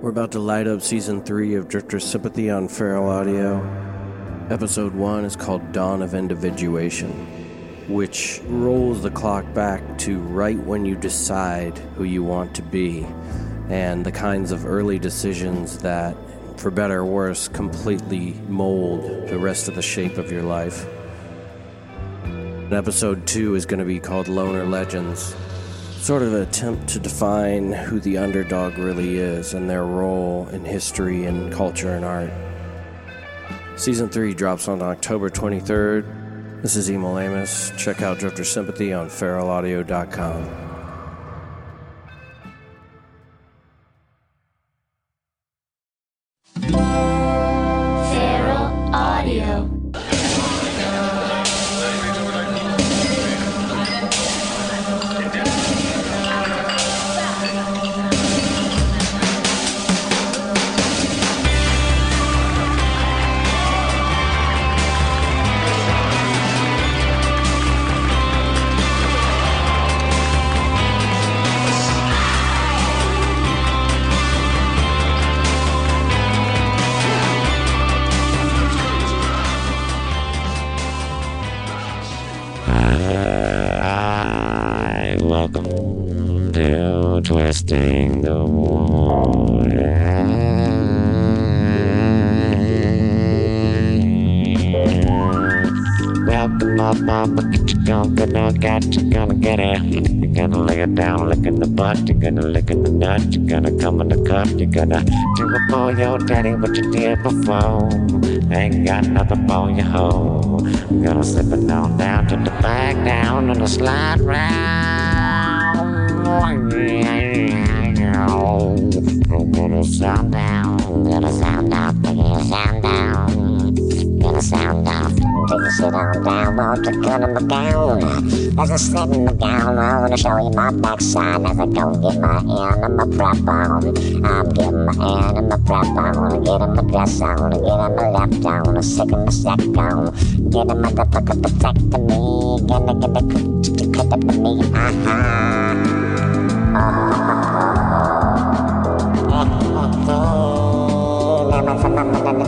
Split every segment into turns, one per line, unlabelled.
We're about to light up season three of Drifter Sympathy on Feral Audio. Episode one is called Dawn of Individuation, which rolls the clock back to right when you decide who you want to be and the kinds of early decisions that, for better or worse, completely mold the rest of the shape of your life. And episode two is going to be called Loner Legends sort of an attempt to define who the underdog really is and their role in history and culture and art. Season 3 drops on October 23rd. This is Emil Amos. Check out Drifter Sympathy on feralaudio.com.
Feral Audio.
Hi, welcome to Twisting the Water. Welcome up, up, gonna gonna get, you gonna get it. You're gonna lay it down, lick in the butt, you're gonna lick in the nut, you're gonna come in the cup, you're gonna do it for your daddy what you did before. Ain't got nothing for your hoe. You're gonna slip it on down to the back, down and a slide round. I'm gonna sound down, gonna sound up, gonna sound down, gonna sound up, gonna sit on down, won't you cut him down? As I sit in the gown, I wanna show you my backside, as I go get my animal prep on, I'm getting my animal prep on, get him a dress on, get him a left on, a sick him a sack on, get him a the fuck up the fuck to me, gonna get the cook to the cut up to me, ah Hey, hey, rock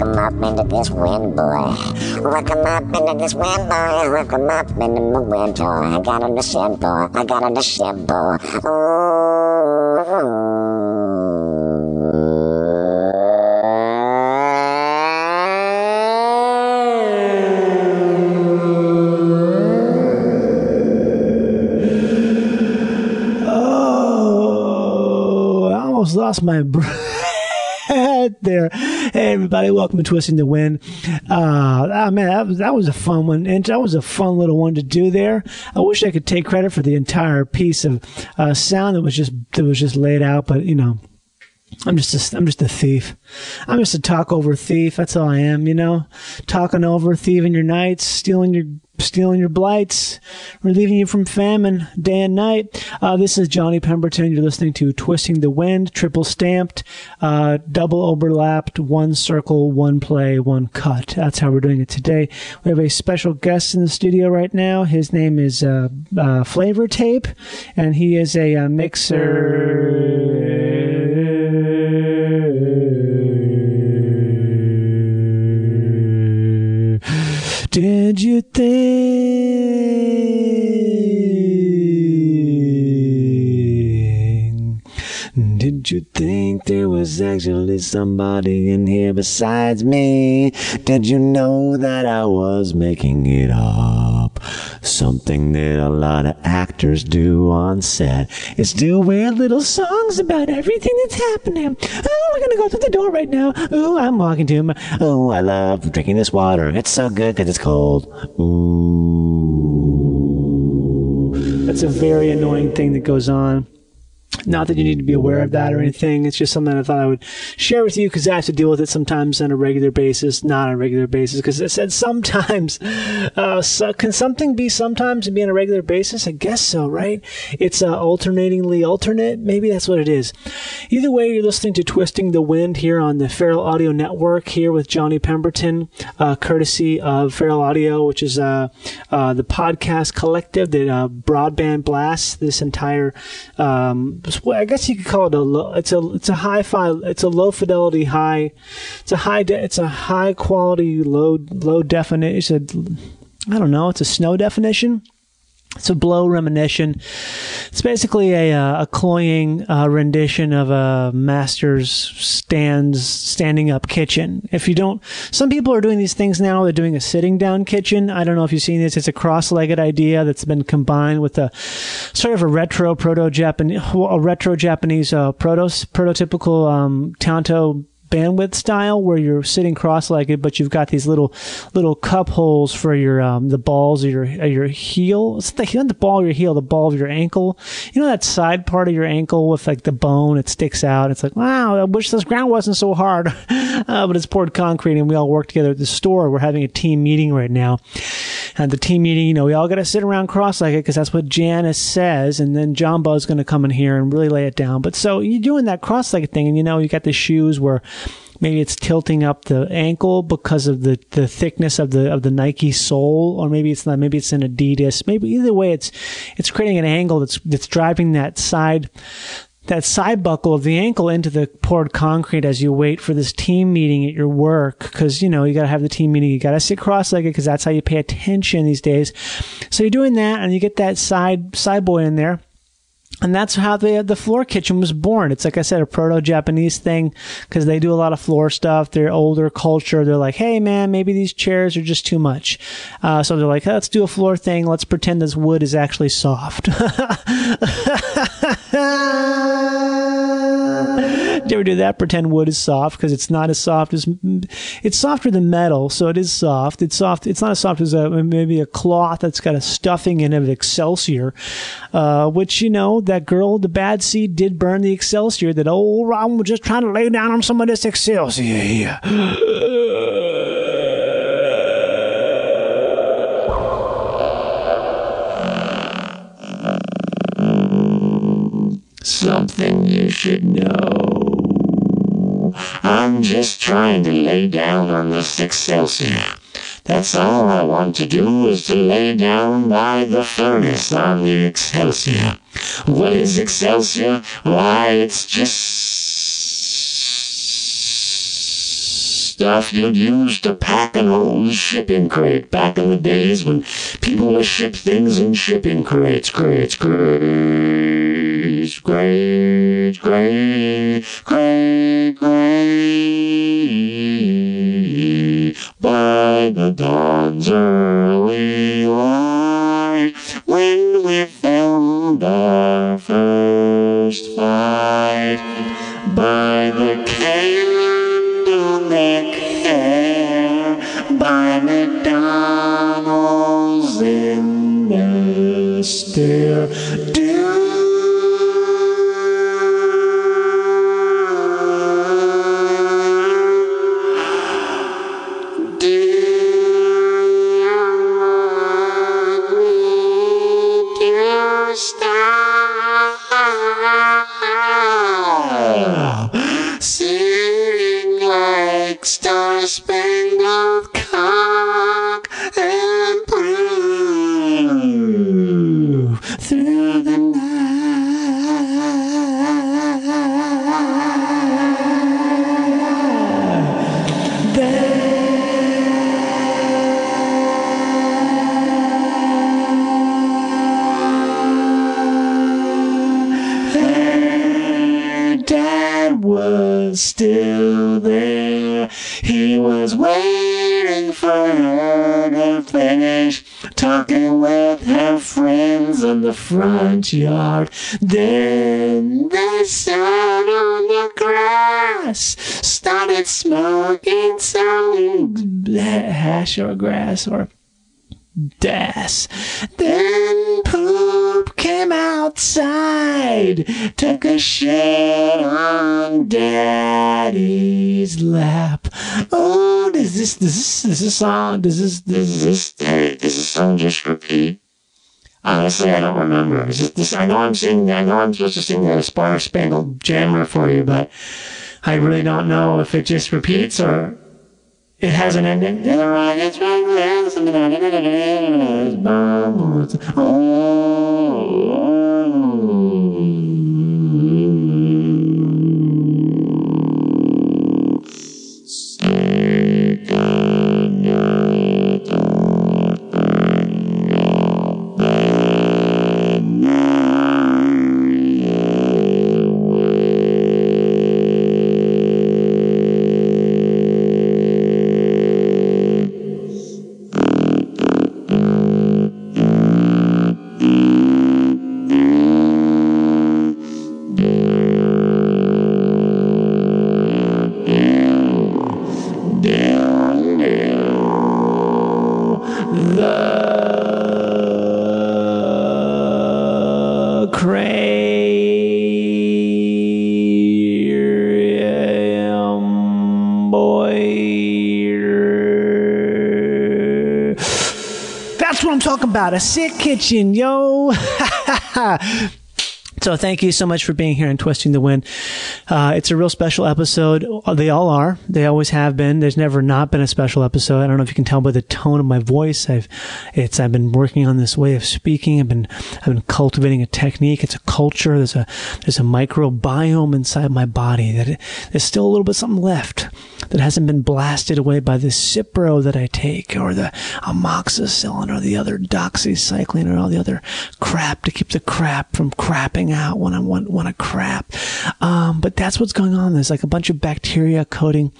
'em up into this wind, boy. Rock 'em up into this wind, boy. Rock 'em up into my wind, boy. I got in the shed, boy. I got in the shed, boy. Oh.
Oh, I almost lost my breath there. Hey, everybody, welcome to Twisting the Wind. Uh, ah, man, that was, that was a fun one, and that was a fun little one to do there. I wish I could take credit for the entire piece of uh, sound that was just that was just laid out, but you know. I'm just a, I'm just a thief. I'm just a talk over thief. That's all I am, you know. Talking over, thieving your nights, stealing your stealing your blights, relieving you from famine day and night. Uh, this is Johnny Pemberton. You're listening to Twisting the Wind, triple stamped, uh, double overlapped, one circle, one play, one cut. That's how we're doing it today. We have a special guest in the studio right now. His name is uh, uh, Flavor Tape, and he is a, uh mixer. Did you think? Did you think there was actually somebody in here besides me? Did you know that I was making it up? Something that a lot of actors do on set is do weird little songs about everything that's happening. Oh, we're gonna go through the door right now. Oh, I'm walking to my. Oh, I love drinking this water. It's so good because it's cold. Ooh. That's a very annoying thing that goes on Not that you need to be aware of that or anything. It's just something I thought I would share with you because I have to deal with it sometimes on a regular basis, not on a regular basis. Because I said sometimes, uh, so can something be sometimes and be on a regular basis? I guess so, right? It's uh, alternatingly alternate. Maybe that's what it is. Either way, you're listening to Twisting the Wind here on the Feral Audio Network here with Johnny Pemberton, uh, courtesy of Feral Audio, which is uh, uh, the podcast collective that uh, broadband blasts this entire. Um, well, I guess you could call it a. Low, it's a it's a hi-fi. It's a low fidelity high. It's a high. De- it's a high quality low low definition. It's a, I don't know. It's a snow definition. It's a blow reminiscent. It's basically a, uh, a cloying uh, rendition of a master's stands standing up kitchen. If you don't, some people are doing these things now. They're doing a sitting down kitchen. I don't know if you've seen this. It's a cross legged idea that's been combined with a sort of a retro proto Japanese, a retro Japanese uh, proto prototypical um, tanto bandwidth style where you're sitting cross-legged but you've got these little little cup holes for your um, the balls of your of your heel it's the, not the ball of your heel the ball of your ankle you know that side part of your ankle with like the bone it sticks out it's like wow I wish this ground wasn't so hard uh, but it's poured concrete and we all work together at the store we're having a team meeting right now at the team meeting, you know, we all got to sit around cross-legged because that's what Janice says, and then Jumbo's going to come in here and really lay it down. But so you're doing that cross-legged thing, and you know, you got the shoes where maybe it's tilting up the ankle because of the, the thickness of the of the Nike sole, or maybe it's not. Maybe it's an Adidas. Maybe either way, it's it's creating an angle that's that's driving that side that side buckle of the ankle into the poured concrete as you wait for this team meeting at your work. Cause, you know, you gotta have the team meeting. You gotta sit cross-legged cause that's how you pay attention these days. So you're doing that and you get that side, side boy in there. And that's how the the floor kitchen was born. It's like I said, a proto Japanese thing because they do a lot of floor stuff. They're older culture. They're like, hey man, maybe these chairs are just too much. Uh, so they're like, hey, let's do a floor thing. Let's pretend this wood is actually soft. Did you ever do that? Pretend wood is soft because it's not as soft as it's softer than metal, so it is soft. It's soft. It's not as soft as a, maybe a cloth that's got a stuffing in it of Excelsior, uh, which you know that girl, the bad seed, did burn the Excelsior. That old Robin was just trying to lay down on some of this Excelsior here.
Something you should know. I'm just trying to lay down on this Excelsior. That's all I want to do is to lay down by the furnace on the Excelsior. What is Excelsior? Why, it's just stuff you'd use to pack an old shipping crate back in the days when people would ship things in shipping crates, crates, crates, crates, crates, crates, crates. By the dawn's early light, when we found our first fight, by the candlelick fair, by McDonald's in the stair. Singing like Star Spangled Cock and Blue through the night. Her dad was still there. He was waiting for her to finish talking with her friends in the front yard. Then they sat on the grass, started smoking some hash or grass or Das. Then poop came outside.
kid took a shit on daddy's lap. Oh, does this, does this, does this song, does this, does this,
Hey, does this song just repeat? Honestly, I don't remember. Is it this? I know I'm singing. I know I'm supposed to sing the Star Spangled Jammer for you, but I really don't know if it just repeats or it has an ending.
Oh.
the cranium boy. That's what I'm talking about. A sick kitchen, yo. So thank you so much for being here and twisting the wind. Uh, it's a real special episode. Uh, They all are. They always have been. There's never not been a special episode. I don't know if you can tell by the tone of my voice. I've, it's, I've been working on this way of speaking. I've been, I've been cultivating a technique. It's a culture. There's a, there's a microbiome inside my body that it, there's still a little bit something left that hasn't been blasted away by the Cipro that I take or the amoxicillin or the other doxycycline or all the other crap to keep the crap from crapping out when I want, want to crap. Um, but that's what's going on. There's like a bunch of bacteria coating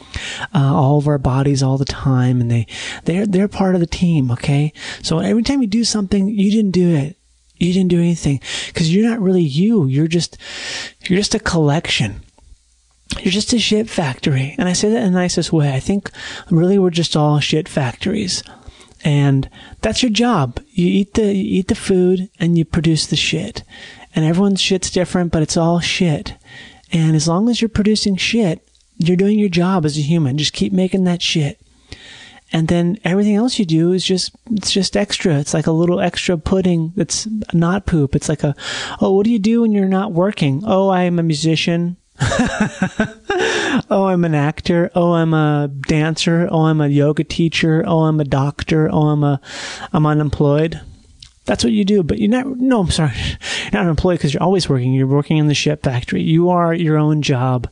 uh, all of our bodies all the time, and they they're they're part of the team. Okay, so every time you do something, you didn't do it. You didn't do anything because you're not really you. You're just you're just a collection. You're just a shit factory. And I say that in the nicest way. I think really we're just all shit factories. And that's your job. You eat the you eat the food and you produce the shit. And everyone's shit's different, but it's all shit. And as long as you're producing shit, you're doing your job as a human. Just keep making that shit and then everything else you do is just it's just extra it's like a little extra pudding that's not poop it's like a oh what do you do when you're not working oh i'm a musician oh i'm an actor oh i'm a dancer oh i'm a yoga teacher oh i'm a doctor oh i'm a i'm unemployed that's what you do, but you're not. No, I'm sorry, you're not an employee because you're always working. You're working in the shit factory. You are your own job.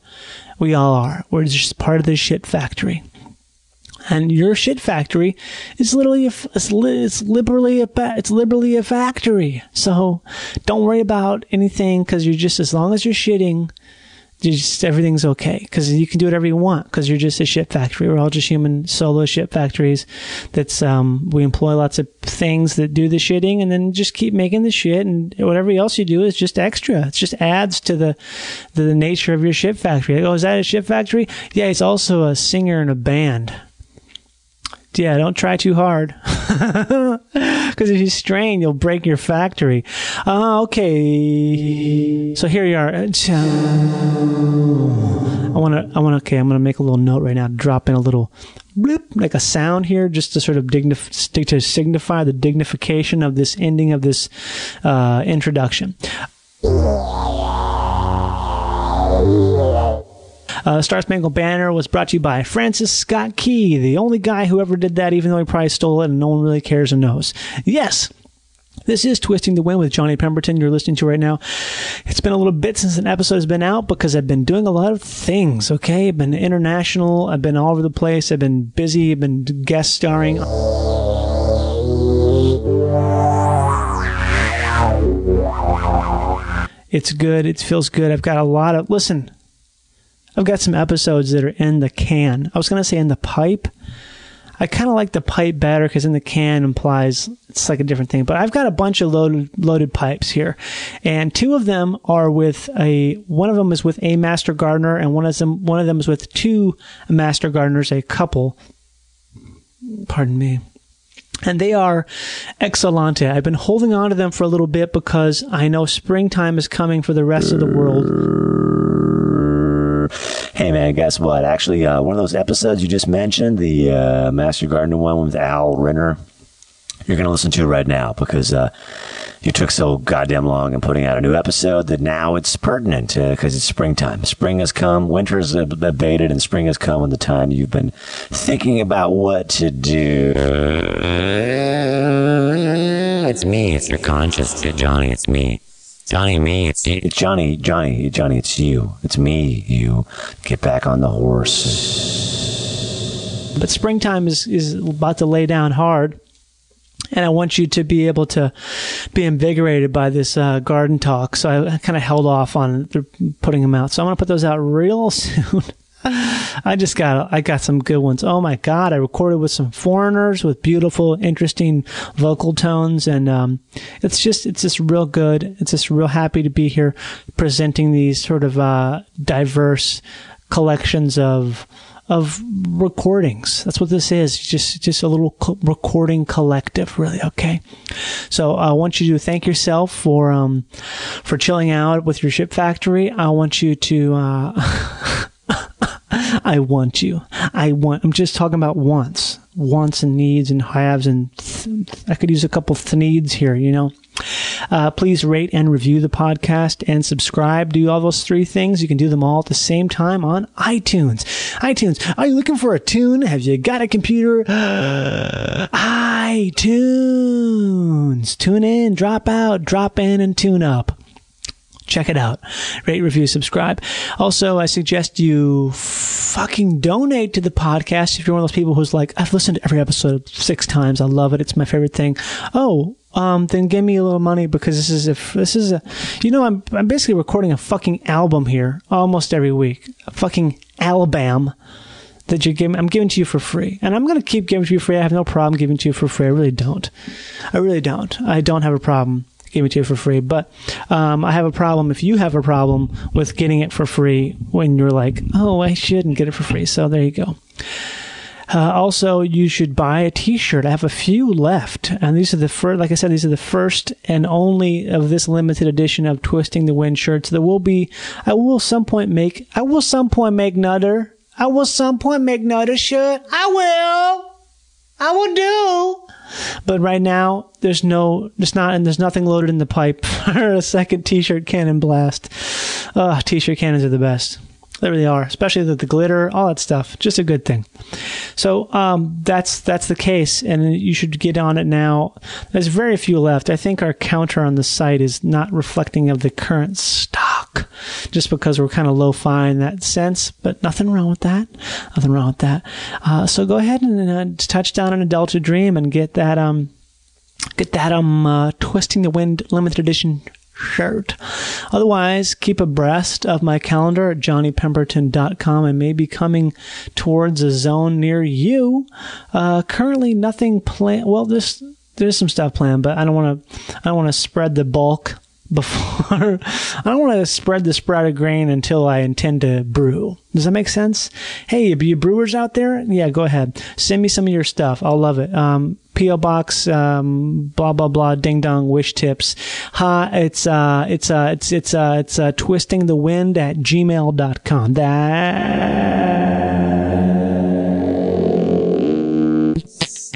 We all are. We're just part of the shit factory and your shit factory is literally a, f- it's, li- it's liberally a fa- it's liberally a factory. So don't worry about anything because you're just as long as you're shitting, you just everything's okay because you can do whatever you want because you're just a shit factory. We're all just human solo shit factories. That's um we employ lots of things that do the shitting and then just keep making the shit and whatever else you do is just extra. It just adds to the to the nature of your shit factory. Like, oh, is that a shit factory? Yeah, it's also a singer and a band yeah, don't try too hard. Because if you strain, you'll break your factory. Uh, okay. So here you are. uh, I want to, I want to, okay, I'm going to make a little note right now, drop in a little blip, like a sound here, just to sort of dignif- stick to signify the dignification of this ending of this uh, introduction. Uh, Star Spangled Banner was brought to you by Francis Scott Key, the only guy who ever did that, even though he probably stole it and no one really cares or knows. Yes. This is Twisting the Wind with Johnny Pemberton, you're listening to right now. It's been a little bit since an episode has been out because I've been doing a lot of things, okay? I've been international, I've been all over the place, I've been busy, I've been guest starring. It's good, it feels good. I've got a lot of. Listen, I've got some episodes that are in the can. I was going to say in the pipe. I kind of like the pipe better because in the can implies it's like a different thing. But I've got a bunch of loaded loaded pipes here, and two of them are with a one of them is with a master gardener, and one of them one of them is with two master gardeners, a couple. Pardon me. and they are Excelante. I've been holding on to them for a little bit because I know springtime is coming for the rest of the world.
Hey man, guess what? Actually, uh, one of those episodes you just mentioned, the uh, Master Gardener one with Al Renner, you're going to listen to right now because uh, you took so goddamn long in putting out a new episode that now it's pertinent because it's springtime. Spring has come, winter has ab- abated, and spring has come in the time you've been thinking about what to do.
It's me, it's your conscious Johnny, it's me. Johnny, me, it's you.
It's Johnny, Johnny, Johnny, it's you. It's me, you. Get back on the horse.
But springtime is, is about to lay down hard. And I want you to be able to be invigorated by this uh, garden talk. So I kind of held off on th- putting them out. So I'm going to put those out real soon. I just got I got some good ones. Oh my god! I recorded with some foreigners with beautiful, interesting vocal tones, and um, it's just it's just real good. It's just real happy to be here presenting these sort of uh, diverse collections of of recordings. That's what this is. Just just a little co- recording collective, really. Okay. So I want you to thank yourself for um for chilling out with your ship factory. I want you to. Uh, I want you. I want. I'm just talking about wants, wants and needs and haves and th- I could use a couple th- needs here. You know. Uh, please rate and review the podcast and subscribe. Do all those three things. You can do them all at the same time on iTunes. iTunes. Are you looking for a tune? Have you got a computer? iTunes. Tune in, drop out, drop in, and tune up. Check it out. Rate, review, subscribe. Also, I suggest you fucking donate to the podcast if you're one of those people who's like, I've listened to every episode six times. I love it. It's my favorite thing. Oh, um, then give me a little money because this is a this is a you know I'm I'm basically recording a fucking album here almost every week. A fucking album that you're giving I'm giving to you for free. And I'm gonna keep giving to you free. I have no problem giving to you for free. I really don't. I really don't. I don't have a problem giving it to you for free. But um, I have a problem if you have a problem with getting it for free when you're like, oh, I shouldn't get it for free. So there you go. Uh, also, you should buy a T-shirt. I have a few left, and these are the first. Like I said, these are the first and only of this limited edition of Twisting the Wind shirts. There will be. I will some point make. I will some point make another. I will some point make another shirt. I will. I will do. But right now, there's no, there's not, and there's nothing loaded in the pipe for a second T-shirt cannon blast. Ugh, T-shirt cannons are the best. They really are, especially the, the glitter, all that stuff. Just a good thing. So um, that's that's the case, and you should get on it now. There's very few left. I think our counter on the site is not reflecting of the current stock, just because we're kind of low fi in that sense. But nothing wrong with that. Nothing wrong with that. Uh, so go ahead and uh, touch down on a Delta Dream and get that um get that um uh, twisting the wind limited edition shirt. Otherwise, keep abreast of my calendar at johnnypemberton.com. I may be coming towards a zone near you. Uh, currently, nothing planned. Well, there's there's some stuff planned, but I don't want to I don't want to spread the bulk before I don't want to spread the sprout of grain until I intend to brew. Does that make sense? Hey, you brewers out there, yeah, go ahead. Send me some of your stuff. I'll love it. Um, PO box, um, blah blah blah, ding dong, wish tips. Ha, it's uh, it's uh, it's it's uh, it's uh, twisting the wind at gmail.com. That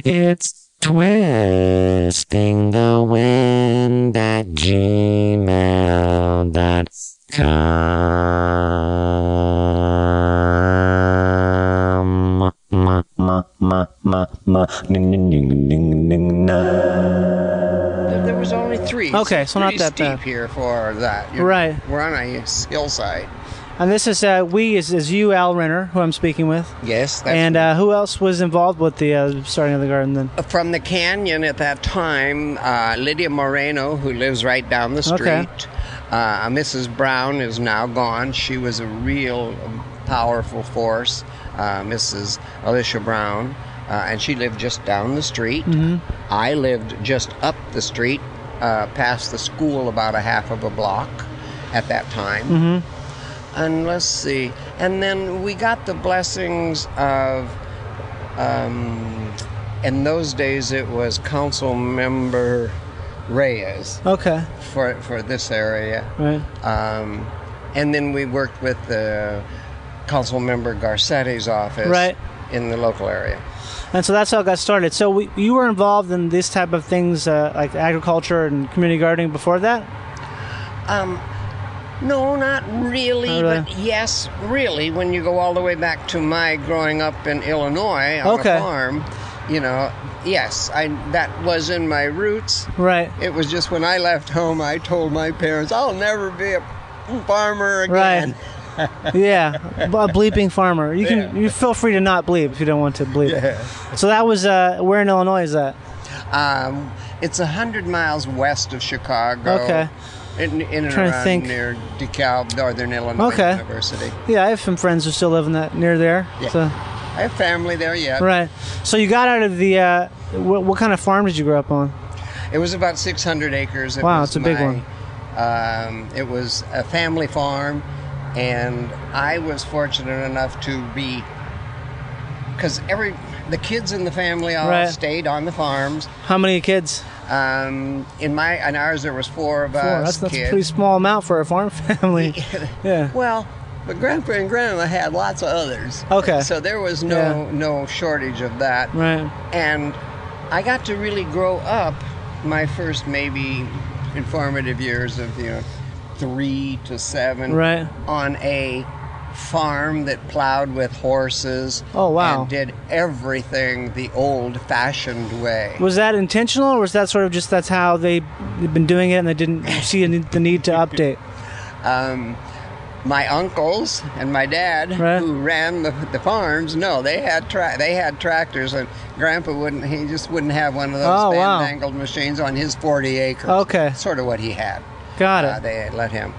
It's twisting the wind at gmail.com.
Ma, ma, ma, ma, ma, ding, ding, ding, ding, ding, na.
There there was only three.
Okay,
it's
so not
pretty
that
steep
bad.
here for that.
Right.
We're on a hillside.
and this is uh, we is, is you Al Renner who I'm speaking with,
Yes. That's
and uh, who else was involved with the uh, starting of the garden then?
from the canyon at that time, uh, Lydia Moreno, who lives right down the street,
Okay.
uh, Mrs. Brown is now gone. She was a real powerful force, uh, Mrs. Alicia Brown, uh, and she lived just down the street. I lived just up the street, uh, past the school, about a half of a block at that time. And let's see. And then we got the blessings of um, in those days it was council member Reyes
Okay.
for, for this area.
Right.
Um, and then we worked with the council member Garcetti's office
Right.
in the local area.
And so that's how it got started. So we, you were involved in these type of things uh, like agriculture and community gardening before that?
Um, no, not really,
Not really.
but yes, really. When you go all the way back to my growing up in Illinois on
Okay.
a farm, you know, yes, I that was in my roots.
Right.
It was just when I left home, I told my parents, "I'll never be a farmer again."
Right. yeah. A bleeping farmer. You can you feel free to not bleep if you don't want to bleep. So that was uh, where in Illinois is that?
Um, it's a hundred miles west of Chicago.
Okay.
In, in and
Trying to
around
think.
near DeKalb, Northern Illinois
Okay.
University.
Yeah, I have some friends who still live in that near there.
Yeah.
So
I have family there yet.
right. So you got out of the uh, what, what kind of farm did you grow up on?
It was about 600 acres. It
Wow,
was
it's a big
my-
one.
Um, it was a family farm, and I was fortunate enough to be because every the kids in the family all
Right.
stayed on the farms.
How many kids?
Um, in my and ours, there was four of
Four. That's,
us
that's a
Uh, kids.
pretty small amount for a farm family. yeah.
Well, but grandpa and grandma had lots of others.
Okay.
So there was no no shortage of that.
Right.
And I got to really grow up my first maybe informative years of, you know, three to seven
Right.
on a farm that plowed with horses.
Oh, wow.
And did everything the old fashioned way.
Was that intentional, or was that sort of just that's how they they've been doing it, and they didn't see any- the need to update?
um, my uncles and my dad
Right.
who ran the, the farms no they had tra- they had tractors and grandpa wouldn't he just wouldn't have one of those
Oh, wow.
fandangled machines on his 40 acres
Okay.
sort of what he had
Got
uh,
it.
they had let him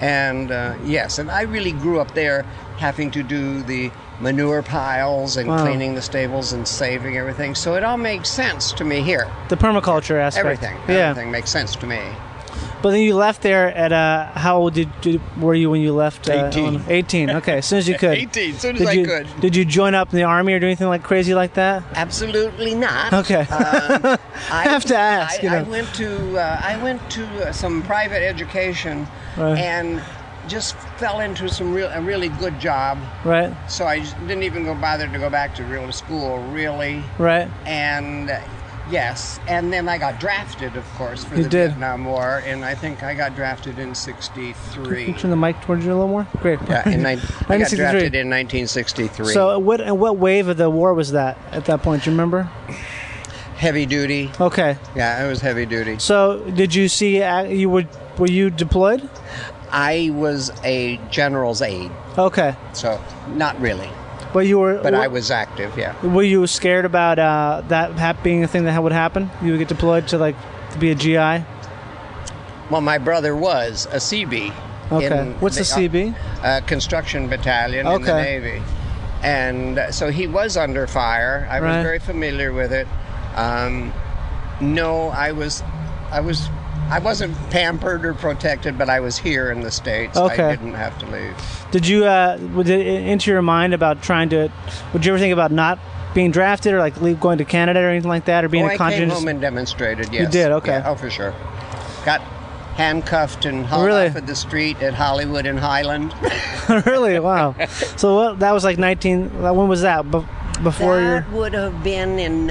and uh, yes and i really grew up there having to do the manure piles and
Wow.
cleaning the stables and saving everything so it all makes sense to me here
the permaculture aspect.
everything
Yeah.
everything makes sense to me
But then you left there at uh, how old did, did were you when you left? Uh,
18.
Illinois? Eighteen. Okay, as soon as you could.
18, soon as
Did
I
you,
could.
Did you join up in the army or do anything like crazy like that?
absolutely not
Okay.
Um, I
have to ask,
I,
you know.
I went to uh, I went to uh, some private education,
Right.
and just fell into some real a really good job.
right.
So I just didn't even go bother to go back to real school really.
Right.
And uh, yes, and then I got drafted, of course, for
You
the
did.
Vietnam War, and I think I got drafted in '63.
Turn the mic towards you a little more. Great.
Yeah, in nine I got
1963.
drafted in 1963.
So what and what wave of the war was that at that point? Do you remember?
heavy duty.
Okay.
Yeah, it was heavy duty.
So did you see uh, you were were you deployed?
I was a general's aide,
Okay.
so not really.
But you were.
But I
were-
was active, yeah.
Were you scared about uh, that hap- being a thing that would happen? You would get deployed to like to be a GI.
Well, my brother was a CB.
Okay.
in
What's a CB?
Uh, construction battalion in the
Okay.
Navy. And uh, so he was under fire. I
Right.
was very familiar with it. Um, no, I was, I was, I wasn't pampered or protected, but I was here in the states.
Okay.
I didn't have to leave.
Did you uh, would it enter your mind about trying to? Would you ever think about not being drafted or like leave, going to Canada or anything like that or being
oh,
a
I came
conscientious?
home and demonstrated. Yes,
You did, okay.
Yeah, oh, for sure. Got handcuffed and hauled
Really?
off of the street at Hollywood and Highland.
really? Wow. so what, that was like nineteen. uh, When was that? Bef- before your
That would have been in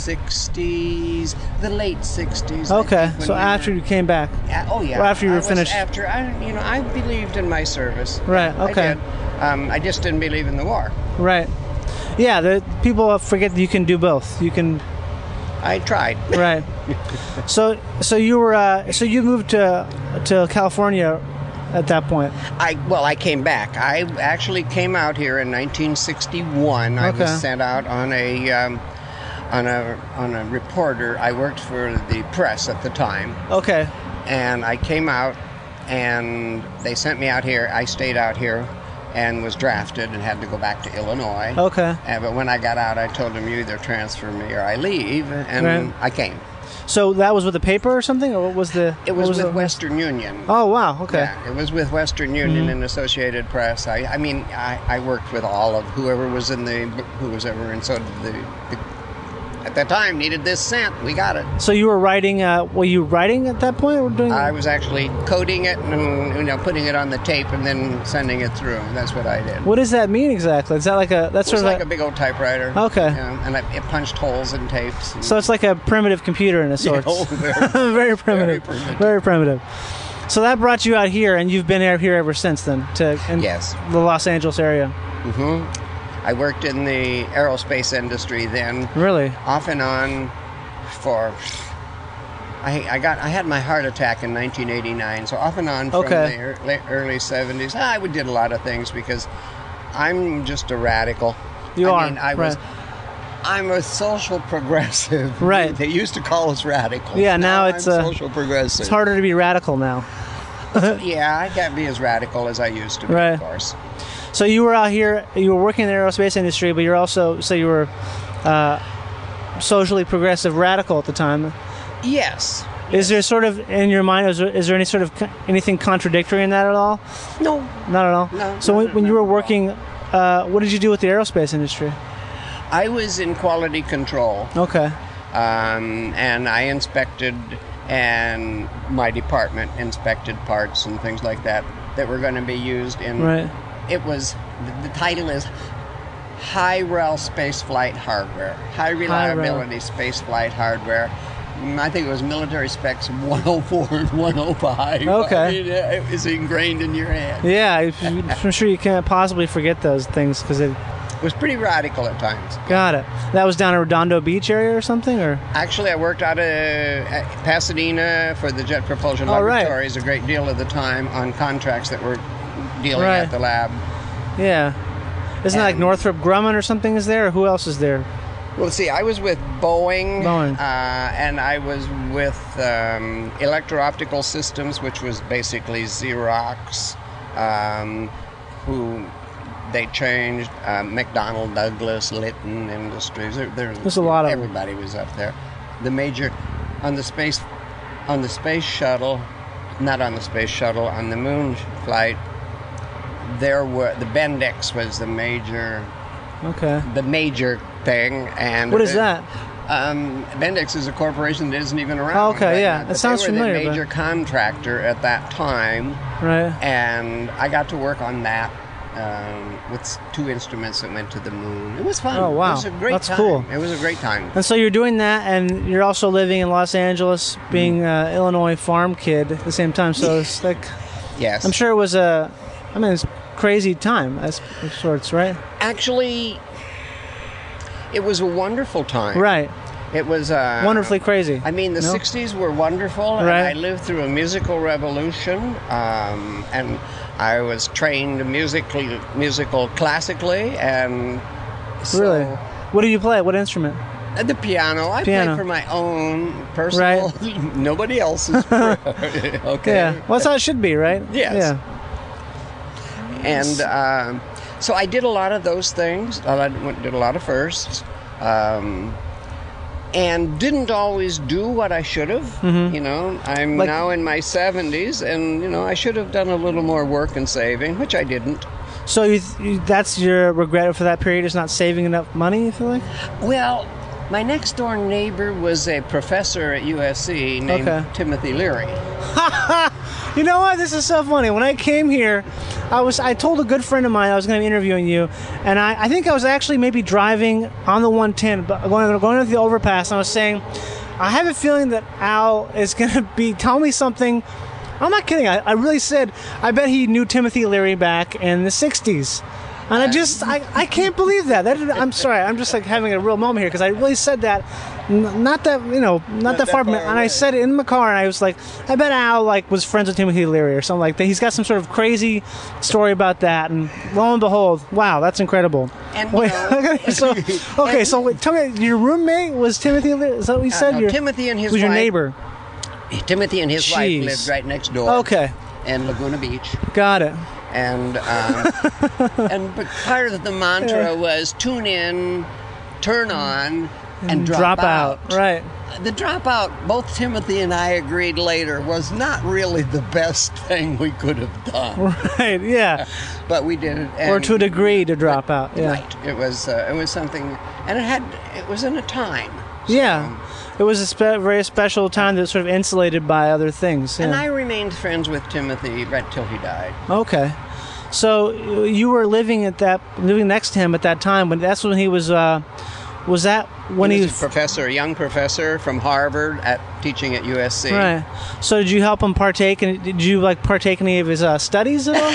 1960s, the late 60s. I
okay.
think, when
So
we
after
were-
you came back.
Uh, oh yeah.
well, after you
I
were
was
finished-
After I, you know, I believed in my service.
Right,
I
okay.
did. Um, I just didn't believe in the war.
Right. Yeah. The people forget that you can do both. You can
I tried.
right. So so you were uh, so you moved to to California at that point.
I well, I came back. I actually came out here in 1961. I
Okay.
was sent out on a um, on a on a reporter. I worked for the press at the time.
Okay.
and I came out and they sent me out here. I stayed out here and was drafted and had to go back to Illinois.
Okay.
And, but when I got out, I told them you either transfer me or I leave, and
Right.
I came.
So that was with the paper or something, or what was the?
It was,
what
with
the-
Western Union.
Oh wow. Okay. Mm-hmm.
Yeah, it was with Western Union and Associated Press. I, I mean, I, I worked with all of whoever was in the, who was ever in. So the, the at that time needed this sent. We got it.
So you were writing? Uh, were you writing at that point? Or doing?
I was actually coding it and you know putting it on the tape and then sending it through. That's what I did.
what does that mean exactly? Is that like a? That's
It was
sort of
like
a-
a big old typewriter.
Okay.
Yeah, and I, it punched holes in tapes. and-
So it's like a primitive computer in a
Yeah,
sort.
oh, very-
very primitive.
primitive.
Very primitive. So that brought you out here, and you've been out here ever since then to in
Yes.
the Los Angeles area.
I worked in the aerospace industry then,
Really?
off and on, for. I, I got I had my heart attack in 1989, so off and on from
Okay.
the ear- la- early 70s. I would did a lot of things because I'm just a radical.
You
I
are,
Mean, I was.
right.
I'm a social progressive.
Right.
They used to call us radicals.
Yeah, now it's,
I'm
uh,
social progressive.
It's harder to be radical now.
Yeah, I can't be as radical as I used to be,
Right.
of course.
So you were out here. You were working in the aerospace industry, but you're also so you were uh, socially progressive radical at the time.
Yes.
Is there sort of in your mind? Is there, is there any sort of co- anything contradictory in that at all?
No.
Not at all.
No,
So
no,
when,
no,
when you
not
were
at all.
working, uh, what did you do with the aerospace industry?
I was in quality control,
Okay.
um, and I inspected, and my department inspected parts and things like that that were going to be used in.
Right.
It was the, the title is High Rel Space Flight Hardware, High
rel.
Reliability Space Flight Hardware. Mm, I think it was military specs 104 and 105.
Okay.
I mean, uh, it was ingrained in your head.
Yeah, I- I'm sure you can't possibly forget those things because they
It was pretty radical at times.
got it. That was down in Redondo Beach area or something, or
Actually, I worked out of at Pasadena for the Jet Propulsion
All right.
Laboratories a great deal of the time on contracts that were dealing
Right.
at the lab.
yeah. Isn't that like
And-
Northrop Grumman or something is there? Or who else is there?
Well, let's see, I was with Boeing,
Boeing.
Uh, and I was with um, Electro Optical Systems, which was basically Xerox, um, who they changed uh, McDonnell Douglas, Litton Industries. There, there-
There's a lot of 'em.
everybody was up there. The major on the space on the space shuttle, not on the space shuttle, on the moon flight. There were the Bendix was the major
Okay.
the major thing. And
What is that?
Um, Bendix is a corporation that isn't even around.
Oh, Okay, yeah.
now,
It
but
sounds
they were
familiar,
The
but-
major contractor at that time,
Right.
and I got to work on that. Um, with s- two instruments that went to the moon, it was fun.
Oh, wow.
It was a great
That's
time.
cool.
It was a great time.
And so you're doing that, and you're also living in Los Angeles, being uh, Illinois farm kid at the same time. So it's like,
Yes,
I'm sure it was a, I mean, it's crazy time as of sorts, right?
Actually, it was a wonderful time.
Right.
It was uh,
Wonderfully crazy.
I mean, the
No?
'60s were wonderful,
Right.
and I lived through a musical revolution. Um, and I was trained musically, musical classically, and so
Really. What do you play? What instrument?
at the piano. I
Piano.
played for my own personal, nobody else's. okay.
Yeah. Well, that's how it should be, right?
Yes.
Yeah.
And um, so I did a lot of those things. A lot- went- did a lot of firsts, um, and didn't always do what I should have. You know, I'm
Like-
now in my 70s, and you know I should have done a little more work and saving, which I didn't.
So you, you, that's your regret for that period is not saving enough money. You feel like?
Well, my next door neighbor was a professor at USC named
Okay.
Timothy Leary.
You know what? This is so funny. When I came here, I was I told a good friend of mine I was going to be interviewing you, and I, I think I was actually maybe driving on the 110, but going going up the overpass, and I was saying, I have a feeling that Al is going to be tell me something. I'm not kidding. I, I really said I bet he knew Timothy Leary back in the 60s. And I just, I, I can't believe that. that. I'm sorry. I'm just like having a real moment here because I really said that, n- not that you know, not, that, far. from it. and I said it in my car, and I was like, I bet Al like was friends with Timothy Leary or something like that. He's got some sort of crazy story about that, and lo and behold, wow, that's incredible.
And,
wait,
you know-
so okay, so wait, tell me, your roommate was Timothy Leary? Is that what you said?
Uh, no,
your,
Timothy and his
was your
wife-
neighbor.
Timothy and his wife
Jeez.
lived right next door.
Okay,
In Laguna Beach.
got it.
and um, and but part of the mantra was tune in, turn on, and drop,
Mm. drop out. Right.
The dropout, both Timothy and I agreed later, was not really the best thing we could have done,
Right. Yeah.
but we did it.
or
and-
to a degree to drop out. Yeah.
Right. It was. Uh, it was something, and it had. It was in a time.
Yeah. um, It was a spe- very special time that was sort of insulated by other things.
And I
yeah.
remained friends with Timothy right till he died.
okay. So uh, you were living at that, living next to him at that time when that's when he was. Uh, was that when
he,
he,
was a professor, a young professor from Harvard, at teaching at USC.
right? So did you help him partake? And did you like partake in any of his uh, studies at all?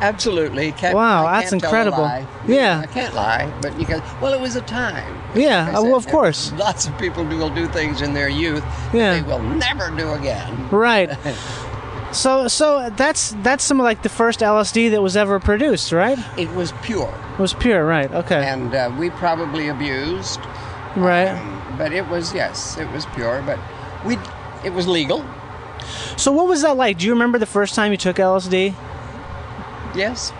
Absolutely. Can't,
Wow,
I
that's
can't tell a
incredible.
lie.
Yeah.
I can't lie, but you can. Well, it was a time.
Yeah,
Like I
uh, well,
said,
of course.
Lots of people do, will do things in their youth
Yeah.
that they will never do again.
right. So so that's that's some of like the first LSD that was ever produced, right?
It was pure,
It was pure, right? Okay.
and uh, we probably abused,
right.
but it was yes, it was pure. But we, it was legal.
So what was that like? Do you remember the first time you took LSD?
Yes.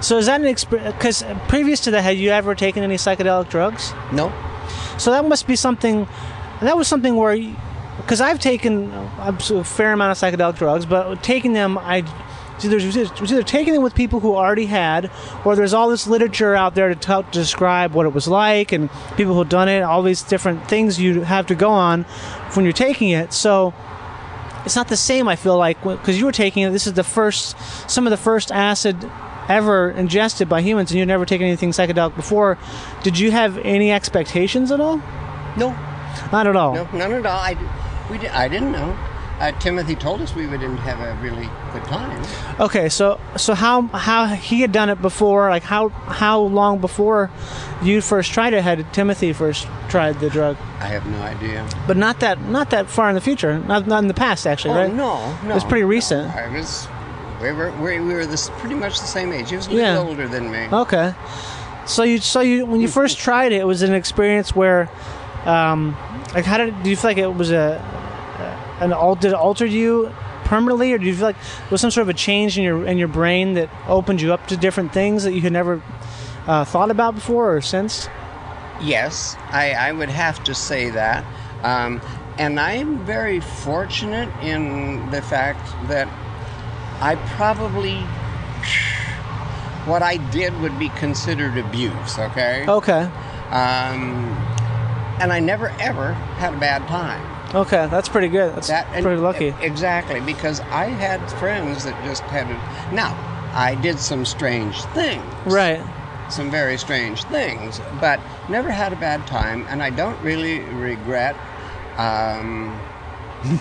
So is that an experience? Because previous to that, had you ever taken any psychedelic drugs?
No.
So that must be something. That was something where, because I've taken a a fair amount of psychedelic drugs, but taking them, I it's either, it was either taking them with people who already had, or there's all this literature out there to, tell to describe what it was like and people who've done it, all these different things you have to go on when you're taking it. So it's not the same. I feel like because you were taking it, this is the first, some of the first acid ever ingested by humans, and you've never taken anything psychedelic before. Did you have any expectations at all?
No.
Not at all.
No, none at all. I, d- we, di- I didn't know. Uh, Timothy told us we wouldn't have a really good time.
Okay, so so how how he had done it before? Like how how long before you first tried it had Timothy first tried the drug?
I have no idea.
But not that not that far in the future. Not not in the past actually,
Oh
right?
no, no.
It's pretty
no.
recent.
I was, we were, we, we were this pretty much the same age. He was a
Yeah. Oh.
little older than me.
Okay. So you so you
Hmm.
when you first tried it, it was an experience where, um, like how did do you feel like it was a an alt did it alter you permanently, or do you feel like it was some sort of a change in your in your brain that opened you up to different things that you had never uh, thought about before or since?
Yes, I, I would have to say that. Um, and I'm very fortunate in the fact that I probably. What I did would be considered abuse, okay?
Okay.
Um, and I never ever had a bad time.
Okay, that's pretty good. That's
That and-
pretty lucky.
Exactly, because I had friends that just had it. Now, I did some strange things.
right.
Some very strange things, but never had a bad time, and I don't really regret. Um,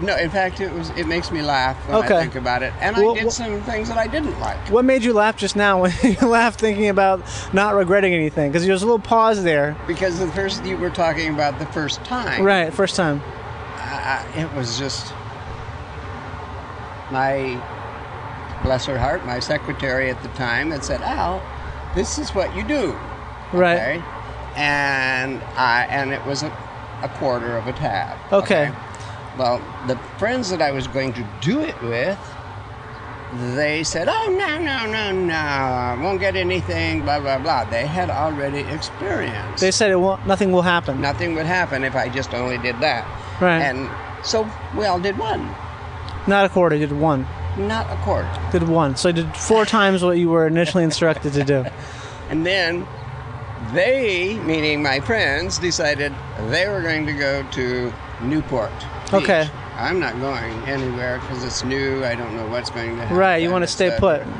no, in fact, it was. It makes me laugh when
Okay.
I think about it, and
Well,
I did
well-
some things that I didn't like.
What made you laugh just now when you laughed thinking about not regretting anything? Because there was a little pause there.
Because the first you were talking about the first time,
Right, first time.
I, I- it was just my bless her heart my secretary at the time had said al this is what you do
Right.
okay? and i and it was a, a quarter of a tab
Okay.
well the friends that i was going to do it with they said oh no no no no won't get anything blah blah blah they had already experienced
They said it won't, nothing will happen.
nothing would happen if i just only did that
Right.
and so we all did one
Not a quarter, you did one.
not a quarter.
Did one. So you did four times what you were initially instructed to do.
And then they, meaning my friends, decided they were going to go to Newport. Beach.
Okay.
I'm not going anywhere because it's new. I don't know what's going to happen.
Right, you want to stay put.
etc.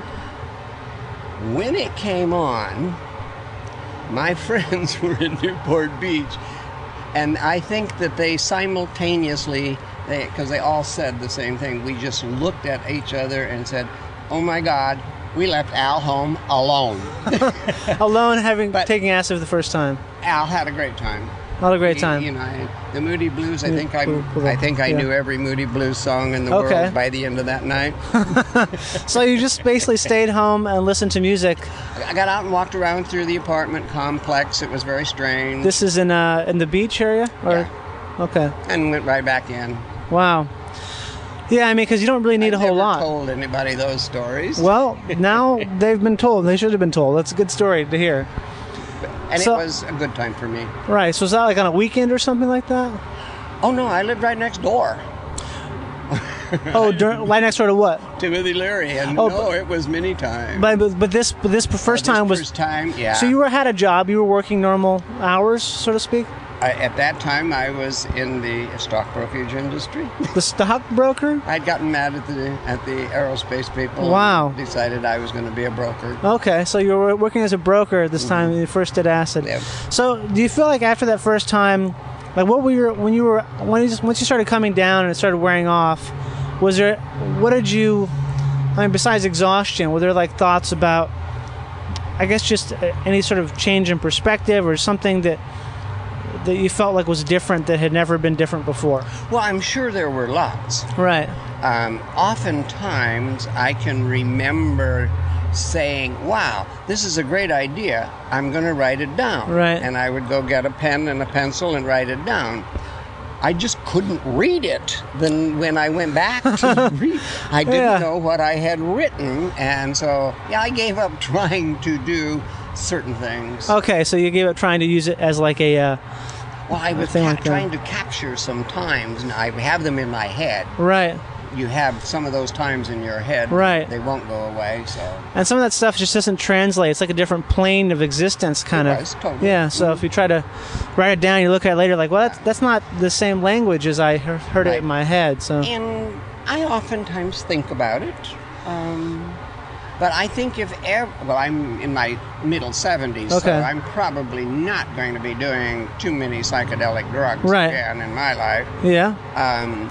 When it came on, my friends were in Newport Beach, and I think that they simultaneously, because they, all said the same thing, we just looked at each other and said, "Oh my God, we left Al home alone."
Alone, having
But-
taking acid for the first time.
Al had a great time.
Not a great
He-
time.
You know, I- the Moody Blues. I think I,
cool,
I think I
yeah.
knew every Moody Blues song in the
Okay.
world by the end of that night.
So you just basically stayed home and listened to music.
I got out and walked around through the apartment complex. It was very strange.
This is in uh, in the beach area, or
Yeah.
okay.
and went right back in.
Wow. Yeah, I mean, because you don't really need a
I
whole
never
lot.
told anybody those stories.
Well, now they've been told. They should have been told. That's a good story to hear.
and
so-
it was a good time for me.
Right. So is that like on a weekend or something like that?
Oh no, I lived right next door.
Oh, dur- right next door to what?
Timothy Leary, and
Oh,
no, it was many times.
But but, but this but this first time was.
first time. Yeah.
So you were had a job. You were working normal hours, so to speak.
I, at that time, I was in the stock brokerage industry.
The stockbroker.
I'd gotten mad at the at the aerospace people.
Wow.
and Decided I was going to be a broker.
Okay, so you were working as a broker at this time when you first did acid.
Yep.
So do you feel like after that first time, like what were your when you were when you once you started coming down and it started wearing off, was there what did you? I mean, besides exhaustion, were there like thoughts about? I guess just uh, any sort of change in perspective or something that that you felt like was different that had never been different before.
Well, I'm sure there were lots.
Right.
Um, oftentimes, I can remember saying, "Wow, this is a great idea. I'm going to write it down."
Right.
And I would go get a pen and a pencil and write it down. I just couldn't read it. Then when I went back to read, I didn't
Yeah.
know what I had written, and so yeah, I gave up trying to do certain things.
Okay, so you gave up trying to use it as like a. Uh,
Well, I was
thing
ca-
like that.
trying to capture some times, and I have them in my head.
right.
You have some of those times in your head.
Right.
They won't go away, so.
And some of that stuff just doesn't translate. It's like a different plane of existence, kind of.
Yes, totally.
Yeah. So if you try to write it down, you look at it later, like, well, that's, that's not the same language as I he- heard it
Right.
in my head. So
And I oftentimes think about it. Um, but I think if ever, well, I'm in my middle 70s, so
Okay.
I'm probably not going to be doing too many psychedelic drugs
Right.
again in my life.
yeah.
Um,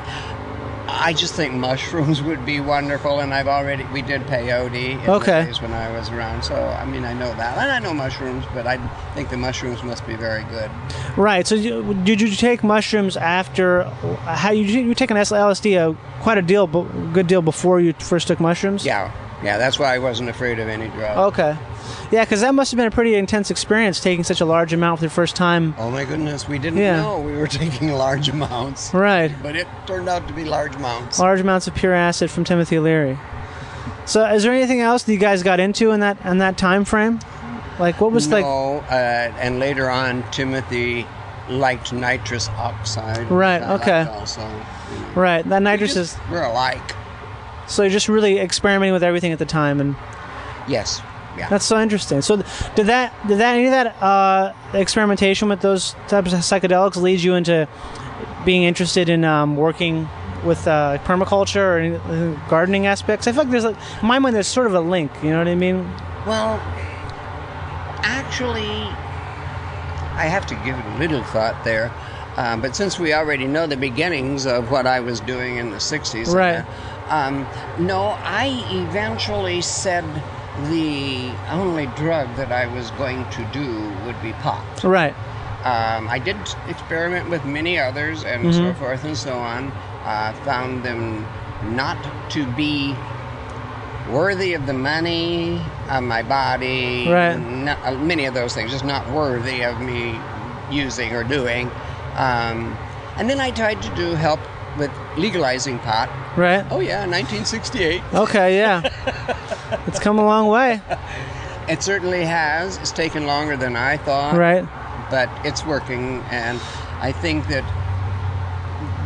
I just think mushrooms would be wonderful, and I've already we did peyote in
Okay.
the days when I was around. So I mean, I know that, and I know mushrooms, but I think the mushrooms must be very good.
Right. So you, did you take mushrooms after? How you you taken LSD uh, quite a deal, bu- good deal before you first took mushrooms?
Yeah, yeah, that's why I wasn't afraid of any drug.
Okay. Yeah, because that must have been a pretty intense experience taking such a large amount for the first time.
Oh my goodness, we didn't
Yeah.
know we were taking large amounts,
Right.
but it turned out to be large amounts.
large amounts of pure acid from Timothy Leary. So, is there anything else that you guys got into in that in that time frame? Like, what was like?
no, uh, and later on, Timothy liked nitrous oxide. which
Right,
I liked
okay.
Also, you know.
Right, that
We
nitrous
just-
is.
we're alike.
So you're just really experimenting with everything at the time, and
Yes. Yeah.
that's so interesting. So, th- did that did that any of that uh, experimentation with those types of psychedelics lead you into being interested in um, working with uh, permaculture or any, uh, gardening aspects? I feel like there's like in my mind there's sort of a link. You know what I mean?
Well, actually, I have to give it a little thought there. Um, but since we already know the beginnings of what I was doing in the 60s, and
Right.
that, um, no, I eventually said the only drug that I was going to do would be pot.
Right.
Um, I did experiment with many others and
Mm-hmm.
so forth and so on. Uh, found them not to be worthy of the money, uh, my body,
Right.
no- uh, many of those things, just not worthy of me using or doing. Um, and then I tried to do help with legalizing pot.
Right.
Oh, yeah, 1968.
Okay, yeah. it's come a long way,
It certainly has. It's taken longer than I thought.
right?
but it's working and i think that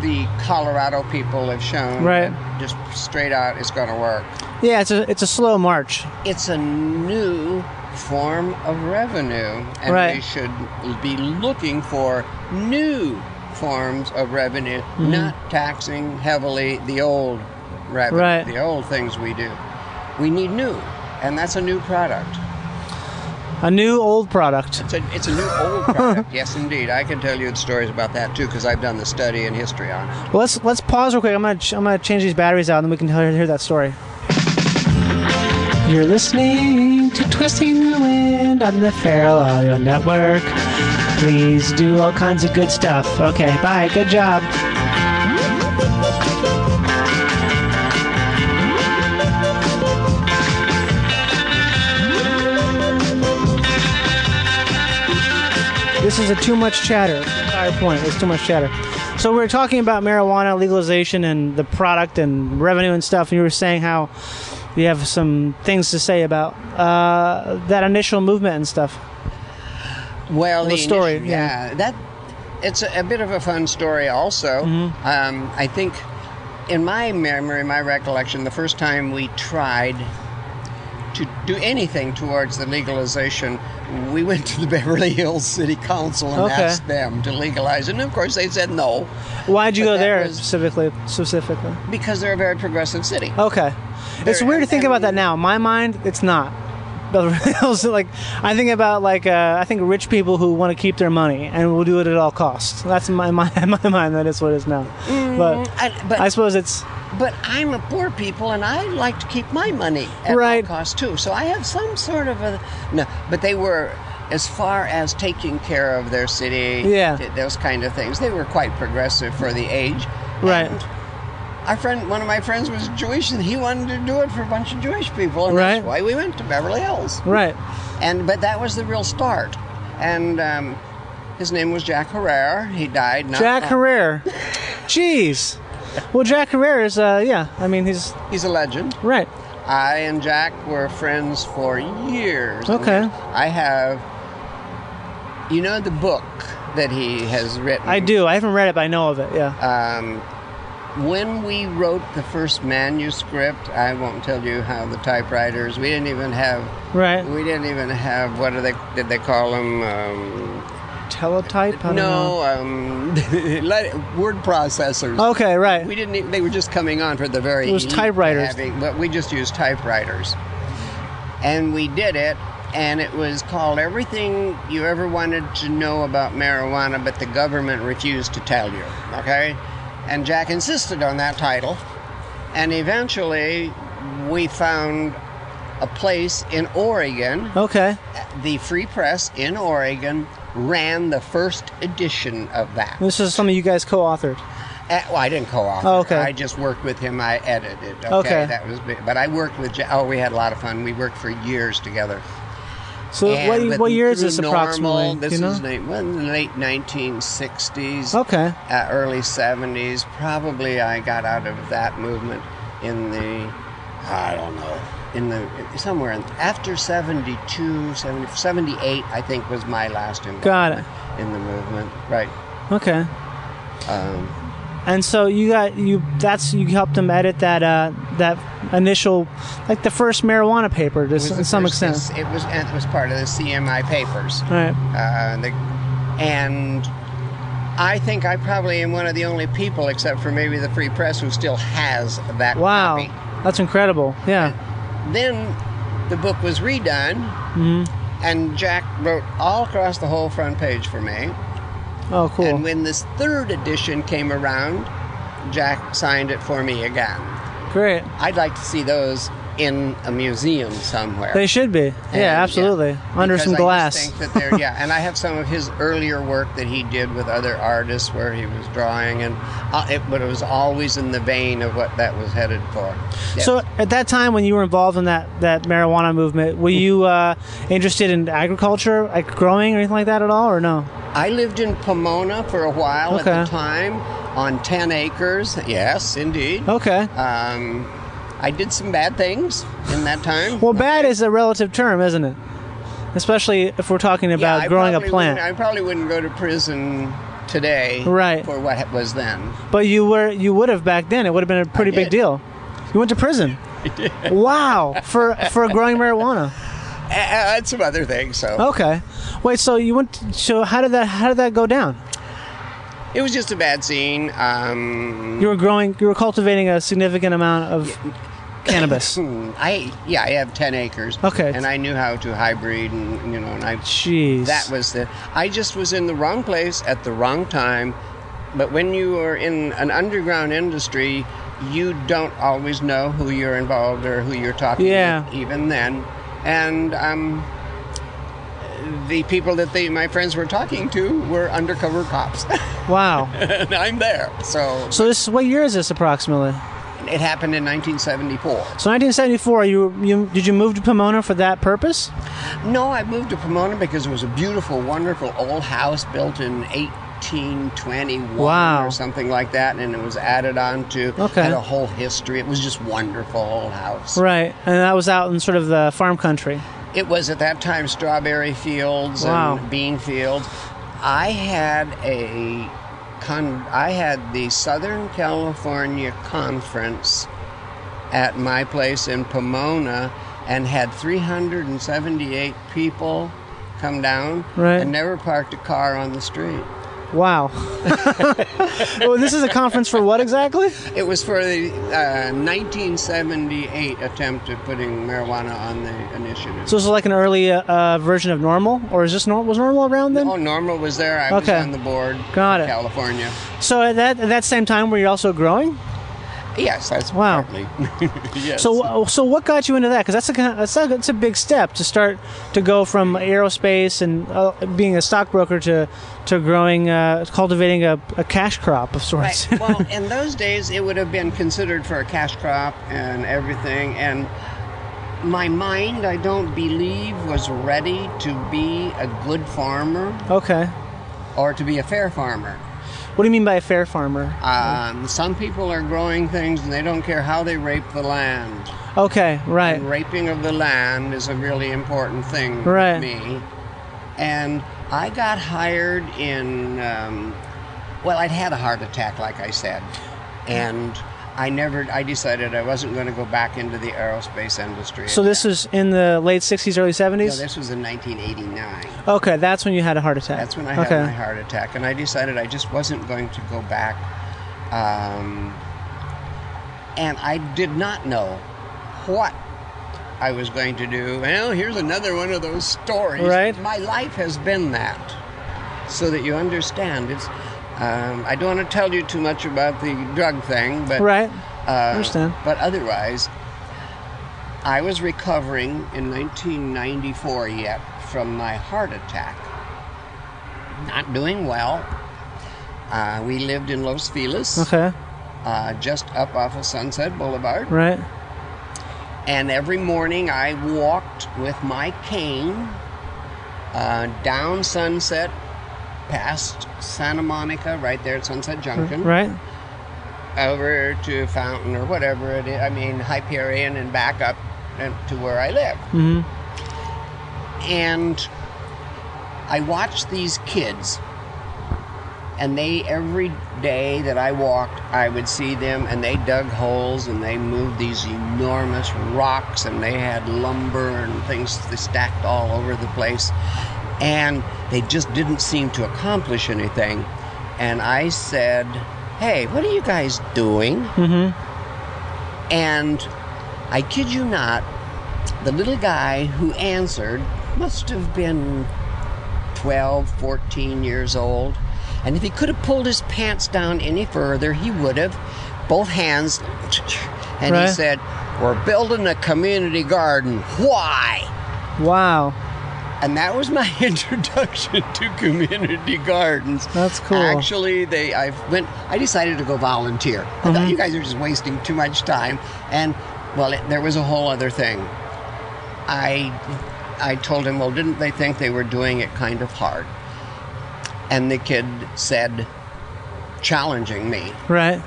the colorado people have shown
Right.
that just straight out it's going to work
Yeah, it's a it's a slow march.
it's a new form of revenue and
Right.
we should be looking for new forms of revenue
Mm-hmm.
not taxing heavily the old revenue
Right.
the old things we do we need new and that's a new product
A new old product.
It's a, it's a new old product. yes, indeed. I can tell you stories about that too because I've done the study and history on it.
Well, let's let's pause real quick. I'm gonna ch- I'm gonna change these batteries out, and then we can hear, hear that story. You're listening to Twisting the Wind on the Feral Audio Network. Please do all kinds of good stuff. Okay, bye. Good job. This is a too much chatter. Entire point. It's too much chatter. So So we were talking about marijuana legalization and the product and revenue and stuff, and you were saying how you have some things to say about uh, that initial movement and stuff.
Well,
The story,
initi-
yeah.
yeah. That it's a, a bit of a fun story, also.
Mm-hmm.
Um, I think, in my memory, my recollection, the first time we tried to do anything towards the legalization, we went to the Beverly Hills City Council and
Okay.
asked them to legalize it. And of course, they said no
Why'd you
But
go
that
there
was-
specifically? Specifically,
because they're a very progressive city.
okay. It's
There-
weird to
and-
think about
and-
that now. In my mind, it's not. But also, like I think about like uh, I think rich people who want to keep their money and will do it at all costs. That's in my mind. In my mind, that is what it is now. but
I- Mm, but-
I suppose it's
But I'm a poor people, and I like to keep my money at
Right.
all costs too. So I have some sort of a no. But they were, as far as taking care of their city,
Yeah.
th- those kind of things. They were quite progressive for the age.
Right.
And our friend, one of my friends, was Jewish, and he wanted to do it for a bunch of Jewish people, and
Right.
that's why we went to Beverly Hills.
right.
And but that was the real start. And um, his name was Jack Herrera. He died. Not
Jack
long-
Herrera. Jeez. Well, Jack Herrera is, uh, yeah, I mean, he's
He's a legend.
right.
I and Jack were friends for years. and
Okay.
years. I have, you know, the book that he has written.
I do. I haven't read it, but I know of it, yeah.
Um, when we wrote the first manuscript, I won't tell you how the typewriters. We didn't even have.
right.
We didn't even have. What do they? Did they call them? Um,
Teletype? I don't
no, um, let- word processors.
know. Okay, right.
We didn't. e- They were just coming on for the very.
It was
heat
typewriters.
Having, but we just used typewriters, and we did it, and it was called everything you ever wanted to know about marijuana, but the government refused to tell you. Okay, and Jack insisted on that title, and eventually we found a place in Oregon
okay.
the free press in oregon ran the first edition of that
This is something you guys co authored.
uh, well, I didn't co-author.
Oh, okay.
I just worked with him. I edited. Okay.
Okay.
That was. big. But I worked with. Ja- Oh, we had a lot of fun. We worked for years together.
So,
And
what,
with-
what year is
through
this
normal,
approximately?
This
Do you know?
is late, well, in the late 1960s.
okay.
Uh, early 70s. Probably I got out of that movement in the. I don't know. In the somewhere in, after 72, 70, 78, I think was my last involvement
Got it.
in the movement. Right.
Okay.
Um,
And so you got you. That's you helped him edit that uh, that initial, like the first marijuana paper to
was
s-
the
to some
first-
extent.
It was and it was part of the CMI papers.
All right.
Uh, the, and I think I probably am one of the only people, except for maybe the Free Press, who still has that
Wow,
copy.
that's incredible. Yeah.
Then the book was redone,
Mm-hmm.
and Jack wrote all across the whole front page for me.
Oh, cool.
And when this third edition came around, Jack signed it for me again.
Great.
I'd like to see those in a museum somewhere.
They should be.
And,
yeah, absolutely. Under
because
some
I just
glass.
think that they're- yeah, and I have some of his earlier work that he did with other artists where he was drawing, and uh, it, but it was always in the vein of what that was headed for. Yeah.
So at that time when you were involved in that, that marijuana movement, were you uh, interested in agriculture, like growing or anything like that at all, or no?
I lived in Pomona for a while at
Okay.
the time on 10 acres. Yes, indeed.
Okay.
Um, I did some bad things in that time.
Well, bad is a relative term, isn't it? Especially if we're talking
Yeah,
about
I
growing a
probably
plant.
wouldn't- I probably wouldn't go to prison today
Right.
for what was then.
But you were you would have back then. It would have been a pretty big
did.
deal. You went to prison. Wow, for for growing marijuana.
Uh, and some other things,
Oh,
so.
Okay. Wait, so you went so how did that how did that go down?
It was just a bad scene. Um,
You were growing, you were cultivating a significant amount of cannabis.
hmm, I yeah, I have ten acres.
Okay.
and I knew how to hybrid, and you know, and I
Jeez.
that was the. I just was in the wrong place at the wrong time. But when you are in an underground industry, you don't always know who you're involved or who you're talking
Yeah.
with, even then. And um, the people that they, my friends were talking to were undercover cops.
wow.
and I'm there. So
So this, what year is this approximately?
it happened in 1974.
So 1974. You, you did you move to Pomona for that purpose?
No, I moved to Pomona because it was a beautiful, wonderful old house built in eight, 1821
Wow.
or something like that, and it was added on to
Okay.
had a whole history. It was just wonderful old house.
Right, and that was out in sort of the farm country.
It was at that time strawberry fields
Wow.
and bean fields. I had a con- I had the Southern California conference at my place in Pomona and had 378 people come down
Right.
and never parked a car on the street.
Wow. well, this is a conference for what exactly?
It was for the uh, 1978 attempt at putting marijuana on the initiative.
So this is like an early uh, uh, version of normal, or is this normal? Was normal around then?
oh, Normal was there. I
Okay.
was on the board.
Got it.
California.
So at that at that same time, were you also growing?
Yes, that's
Wow.
partly. yes.
So uh, so what got you into that? Because that's a kind of- that's a that's a big step to start to go from aerospace and uh, being a stockbroker to to growing uh, cultivating a, a cash crop of sorts.
Right. well, in those days, it would have been considered for a cash crop and everything. And my mind, I don't believe, was ready to be a good farmer
okay.
or to be a fair farmer.
What do you mean by a fair farmer?
Um, some people are growing things and they don't care how they rape the land.
Okay, right.
And raping of the land is a really important thing
Right.
with me. And I got hired in, um, well, I'd had a heart attack, like I said. And I never, I decided I wasn't going to go back into the aerospace industry.
So this was in the late '60s, early
No,
'70s.
this was in 1989.
okay, that's when you had a heart attack.
That's when I had
okay.
my heart attack, and I decided I just wasn't going to go back. Um, and I did not know what I was going to do. Well, here's another one of those stories.
Right.
My life has been that, so that you understand. It's. Um, I don't want to tell you too much about the drug thing, but
Right.
uh,
Understand.
But otherwise, I was recovering in 1994 yet from my heart attack. Not doing well. Uh, we lived in Los Feliz,
Okay.
uh, just up off of Sunset Boulevard.
Right.
And every morning I walked with my cane uh, down Sunset, past Santa Monica, right there at Sunset Junction
Right.
over to Fountain or whatever it is. I mean Hyperion and back up and to where I live. Mm-hmm. And I watched these kids, and they every day that I walked, I would see them, and they dug holes and they moved these enormous rocks, and they had lumber and things they stacked all over the place, and they just didn't seem to accomplish anything. And I said, "Hey, what are you guys doing?" And I kid you not, the little guy who answered must have been 12, 14 years old. And if he could have pulled his pants down any further, he would have. Both hands. And
Right.
he said, We're building a community garden. Why?
Wow.
And that was my introduction to community gardens.
That's cool.
Actually, they I went. I decided to go volunteer. I
Mm-hmm.
thought you guys are just wasting too much time. And well, it, there was a whole other thing. I I told him, well, didn't they think they were doing it kind of hard? And the kid said, challenging me,
Right.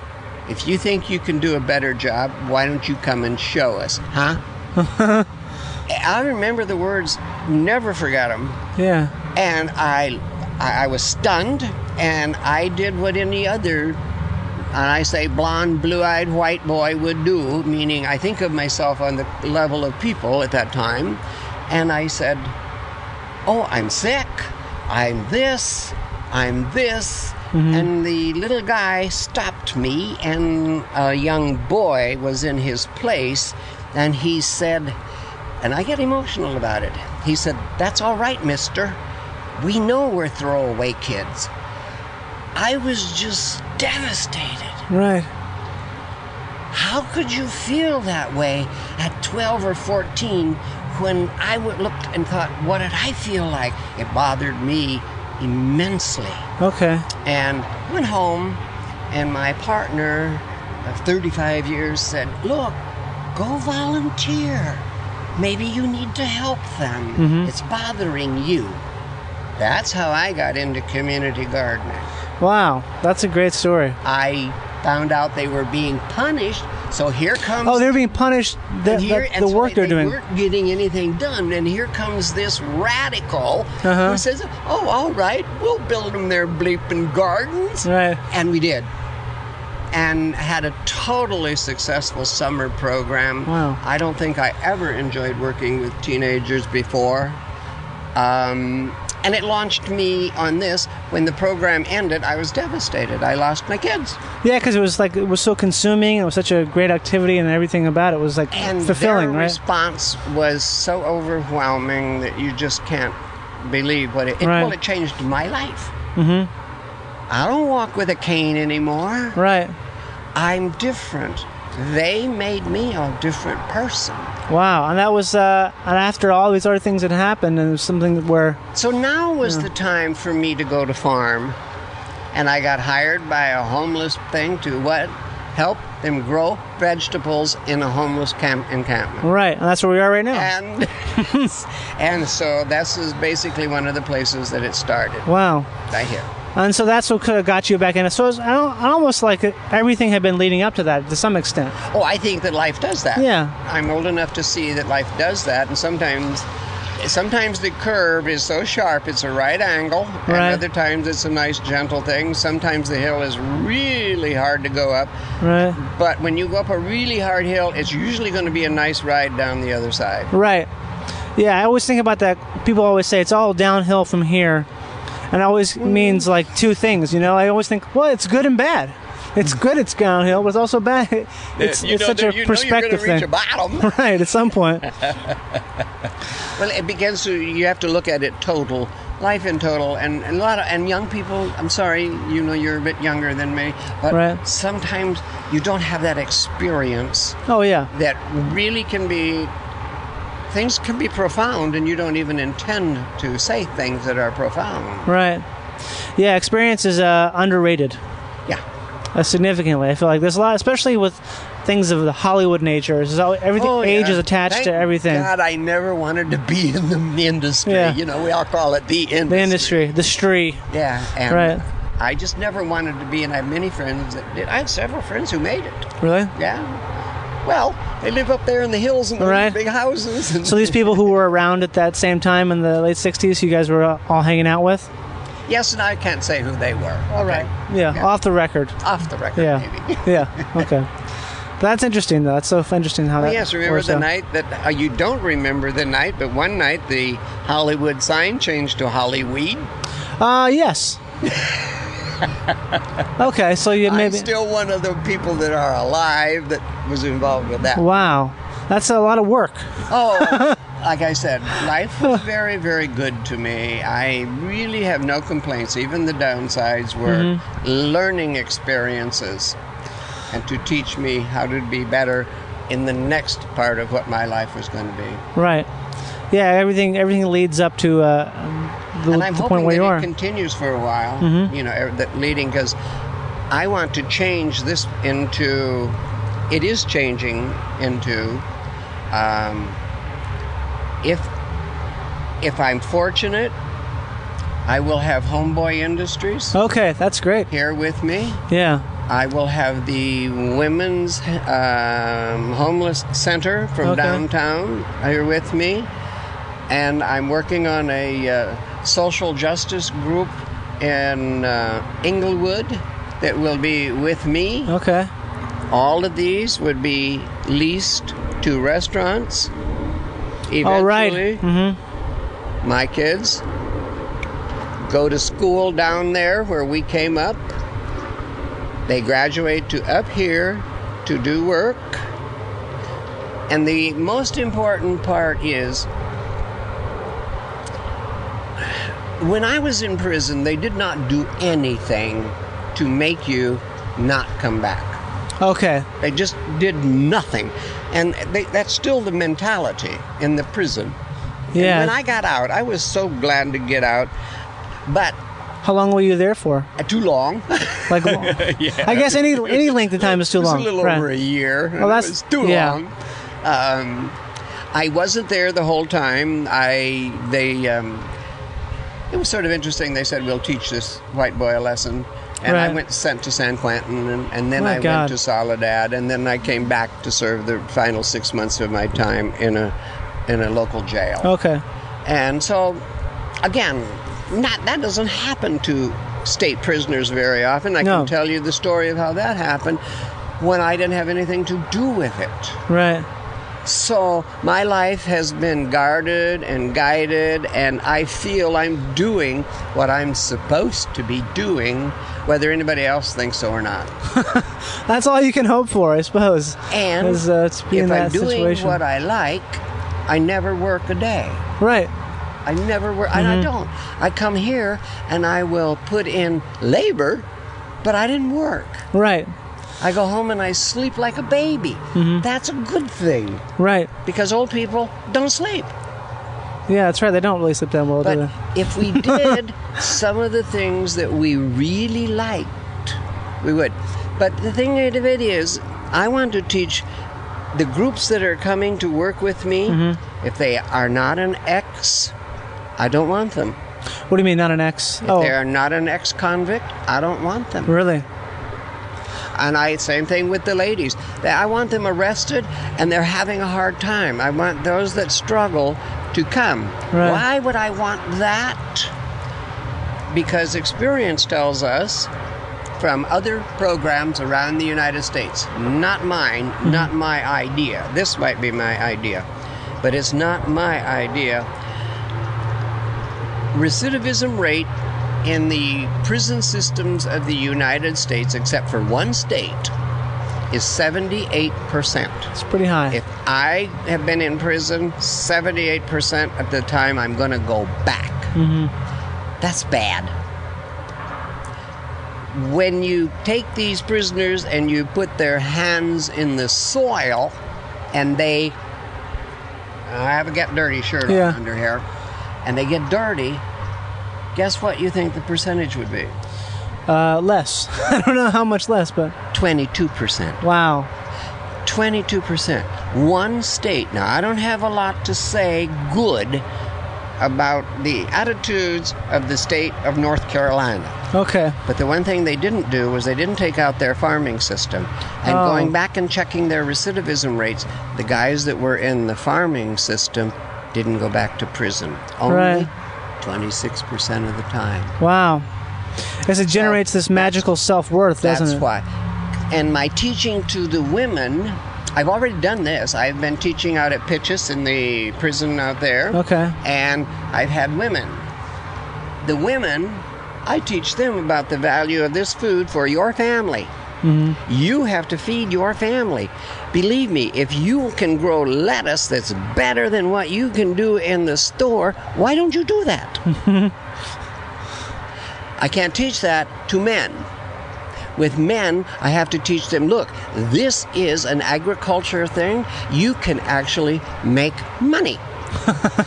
if you think you can do a better job, why don't you come and show us, huh? I remember the words, never forgot them,
Yeah.
and I, I I was stunned, and I did what any other, and I say blonde, blue-eyed white boy would do, meaning I think of myself on the level of people at that time, and I said, "Oh, I'm sick. I'm this. I'm this." And the little guy stopped me, and a young boy was in his place, and he said, and I get emotional about it. He said, That's all right, mister. We know we're throwaway kids. I was just devastated.
Right.
How could you feel that way at 12 or 14 when I would looked and thought, What did I feel like? It bothered me immensely.
Okay.
And went home, and my partner of 35 years said, Look, go volunteer. Maybe you need to help them. It's bothering you. That's how I got into community gardening.
Wow, that's a great story.
I found out they were being punished. So here comes
Oh, they're being punished. The,
and here-
the-
and
the
so
work
they,
they're doing.
weren't getting anything done, and here comes this radical
Uh-huh.
who says, "Oh, all right, we'll build them their bleeping gardens,"
Right.
and we did, and had a totally successful summer program.
Wow.
I don't think I ever enjoyed working with teenagers before. Um, and it launched me on this. When the program ended, I was devastated. I lost my kids.
Yeah, because it was like it was so consuming. It was such a great activity, and everything about it was like
and
fulfilling,
their
right?
response was so overwhelming that you just can't believe what it, it
Right.
well it changed my life mm-hmm. i don't walk with a cane anymore
right.
i'm different they made me a different person
Wow. And that was, uh, and after all these other things had happened, and it was something where,
so now was the time for me to go to farm and i got hired by a homeless thing to what help them grow vegetables in a homeless camp encampment
right? And that's where we are right now.
and and so this is basically one of the places that it started
wow.
right here.
And so that's what could have got you back in. it. So it's I al- almost like everything had been leading up to that to some extent.
Oh, I think that life does that.
Yeah.
I'm old enough to see that life does that, and sometimes. Sometimes the curve is so sharp it's a right angle,
Right.
and other times it's a nice gentle thing. Sometimes the hill is really hard to go up,
Right.
but when you go up a really hard hill, it's usually going to be a nice ride down the other side.
Right. Yeah, I always think about that. People always say it's all downhill from here, and it always means like two things. You know, I always think, well, it's good and bad. It's good it's downhill, but it's also bad. It's,
you
it's
know
such
that-
a
you know
perspective
you're going to reach a
thing.
bottom.
Right, at some point.
Well, it begins to. You have to look at it total, life in total, and, and a lot of and young people. I'm sorry, you know, you're a bit younger than me, but
Right.
sometimes you don't have that experience
Oh, yeah.
that really can be. Things can be profound, and you don't even intend to say things that are profound.
Right. Yeah, experience is uh, underrated
Yeah.
uh, significantly. I feel like there's a lot, especially with things of the Hollywood nature. There's al- everything, Oh, age
Oh, yeah.
is attached
Thank
to everything.
God, I never wanted to be in the industry.
Yeah.
You know, we all call it the industry.
The industry, the street.
Yeah. And
Right.
I just never wanted to be, and I have many friends that did. I had several friends who made it.
Really?
Yeah. Well, they live up there in the hills and
Right.
right. big houses. And
So these people who were around at that same time in the late '60s, you guys were uh, all hanging out with.
yes, and I can't say who they were. All right,
Yeah, off the record.
off the record,
Yeah.
maybe.
Yeah. Okay. That's interesting, though. That's so f- interesting how that.
yes, remember
works
the
out.
night that uh, you don't remember the night, but one night the Hollywood sign changed to Hollyweed.
Uh, yes. okay, so you
I'm
maybe.
still one of the people that are alive that was involved with that.
wow, that's a lot of work.
Oh, like I said, life was very, very good to me. I really have no complaints. Even the downsides were learning experiences and to teach me how to be better in the next part of what my life was going to be.
Right. Yeah, everything everything leads up to uh, the,
And I'm
the
hoping
point where
that
you are. Mm-hmm.
it continues for a while, you know, er, that leading, because I want to change this into, it is changing into, um, if if I'm fortunate, I will have Homeboy Industries
okay, that's great.
here with me.
Yeah.
I will have the Women's um, Homeless Center from
Okay.
downtown here with me, and I'm working on a uh, social justice group in uh, Inglewood that will be with me.
Okay.
All of these would be leased to restaurants. Eventually,
All right. Mm-hmm.
my kids go to school down there where we came up. They graduate to up here to do work. And the most important part is when I was in prison, they did not do anything to make you not come back.
Okay.
They just did nothing. And they, that's still the mentality in the prison. And
Yeah.
when I got out, I was so glad to get out, but
How long were you there for?
uh, too long.
Like, I guess any any length of time is too
it was
long.
a little
right.
over a year. and
Well, that's-
it was too
yeah.
long. Um, I wasn't there the whole time. I they um, it was sort of interesting. They said we'll teach this white boy a lesson, And I
Right.
went sent to San Quentin, and, and then
My
I went
God.
to Soledad, and then I came back to serve the final six months of my time in a in a local jail.
Okay.
And so, again, not that doesn't happen to state prisoners very often. I
No.
can tell you the story of how that happened when I didn't have anything to do with it.
Right.
So my life has been guarded and guided, and I feel I'm doing what I'm supposed to be doing, whether anybody else thinks so or not.
That's all you can hope for, I suppose.
And
is, uh, to be in
if
that
I'm doing
situation.
what I like, I never work a day.
right.
I never work, and I don't. I come here and I will put in labor, but I didn't work.
Right.
I go home and I sleep like a baby. That's a good thing
Right.
because old people don't sleep.
Yeah, that's right. They don't really sleep that well, do
But
they?
if we did some of the things that we really liked, we would. But the thing of it is, I want to teach the groups that are coming to work with me, if they are not an ex, I don't want them.
What do you mean, not an ex?
Oh.
If they are not an ex-convict, I don't want them.
really?
And I same thing with the ladies. They- I want them arrested, and they're having a hard time. I want those that struggle to come.
Right.
Why would I want that? Because experience tells us from other programs around the United States, not mine, not my idea. This might be my idea, but it's not my idea recidivism rate in the prison systems of the United States, except for one state, is 78%.
It's pretty high.
If I have been in prison 78% of the time, I'm going to go back. That's bad. When you take these prisoners and you put their hands in the soil and they I have a get dirty shirt
Yeah.
on under here and they get dirty, guess what you think the percentage would be?
uh, less. I don't know how much less, but
22%.
wow.
22%. One state. Now, I don't have a lot to say good about the attitudes of the state of North Carolina.
Okay.
But the one thing they didn't do was they didn't take out their farming system. And
Oh.
going back and checking their recidivism rates, the guys that were in the farming system didn't go back to prison. Only
Right.
26% of the time.
Wow. Because it generates this magical self worth, doesn't
That's
it?
why. And my teaching to the women, I've already done this. I've been teaching out at Pitches in the prison out there.
Okay.
And I've had women. The women, I teach them about the value of this food for your family.
Mm-hmm.
You have to feed your family. Believe me, if you can grow lettuce that's better than what you can do in the store, why don't you do that? I can't teach that to men. With men, I have to teach them look, this is an agriculture thing. You can actually make money,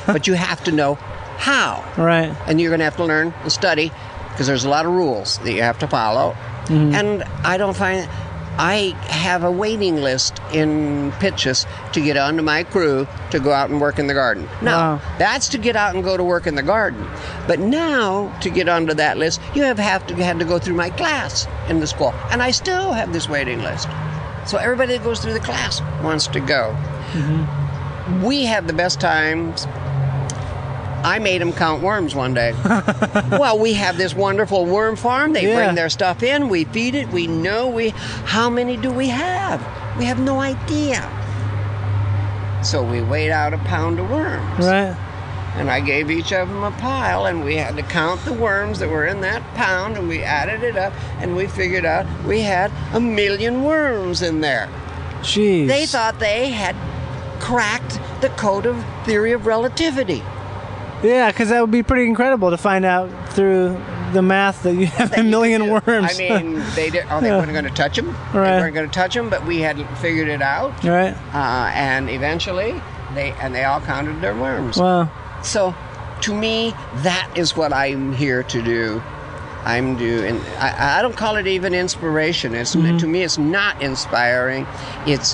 but you have to know how.
Right.
And you're going to have to learn and study because there's a lot of rules that you have to follow. And I don't find. I have a waiting list in Pitches to get onto my crew to go out and work in the garden. Now,
Wow.
that's to get out and go to work in the garden. But now, to get onto that list, you have, have to had to go through my class in the school, and I still have this waiting list. So everybody that goes through the class wants to go. We had the best times. I made them count worms one day. well, we have this wonderful worm farm. They
Yeah.
bring their stuff in. We feed it. We know we. How many do we have? We have no idea. So we weighed out a pound of worms.
Right.
And I gave each of them a pile, and we had to count the worms that were in that pound, and we added it up, and we figured out we had a million worms in there.
Jeez.
They thought they had cracked the code of theory of relativity.
Yeah, because that would be pretty incredible to find out through the math that you have a million worms.
I mean, they did. Oh, they
Yeah.
weren't going to touch them.
Right.
They weren't going to touch them, but we had figured it out,
right.
uh, and eventually they and they all counted their worms.
Wow.
So, to me, that is what I'm here to do. I'm doing. I, I don't call it even inspiration. It's to me, it's not inspiring. It's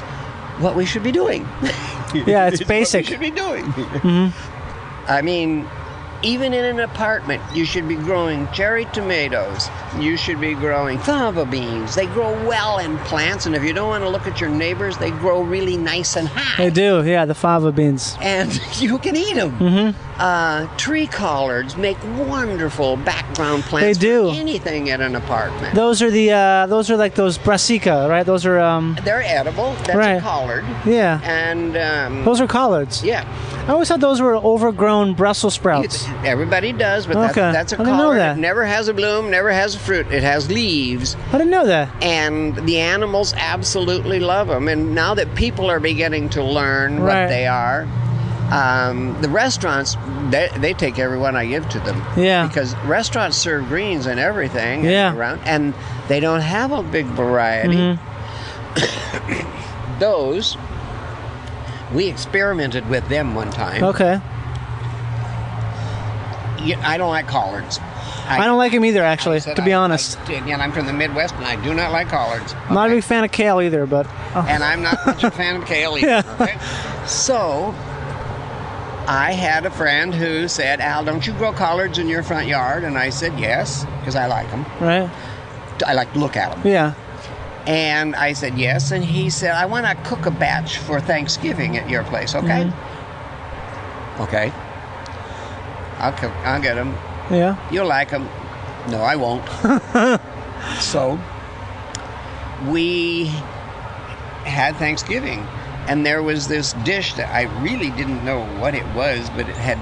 what we should be doing.
Yeah, it's
what we
basic.
should be doing. I mean, Even in an apartment, you should be growing cherry tomatoes. You should be growing fava beans. They grow well in plants, and if you don't want to look at your neighbors, they grow really nice and high
They do, yeah, the fava beans.
and you can eat them.
Mm-hmm.
Uh, tree collards make wonderful background plants.
They do.
for anything at an apartment.
Those are the uh, those are like those brassica, right? Those are um
They're edible. That's
Right.
a collard.
yeah.
And um,
Those are collards.
yeah,
I always thought those were overgrown Brussels sprouts.
It's- everybody does, but
Okay.
that's, that's a
I didn't know
collard.
that.
It never has a bloom, never has a fruit. It has leaves,
I didn't know that.
and the animals absolutely love them. And now that people are beginning to learn
Right.
what they are, um, the restaurants they, they take everyone I give to them.
Yeah.
because restaurants serve greens and everything.
Yeah.
around, and they don't have a big variety.
Mm-hmm.
Those we experimented with them one time.
Okay.
Yeah, I don't like collards.
I don't like them either, actually.
said
To be
I-
honest,
I, again, I'm from the Midwest, and I do not like collards.
I'm not a big fan of kale either, but
and I'm not much a fan of kale either.
Yeah.
Okay? So I had a friend who said, Al, don't you grow collards in your front yard? And I said, yes, because I like them.
right?
I like to look at them.
Yeah.
And I said, yes. And he said, I want to cook a batch for Thanksgiving at your place, okay? Okay. I'll, cook, I'll get them.
Yeah.
You'll like them. No, I won't. so we had Thanksgiving, and there was this dish that I really didn't know what it was, but it had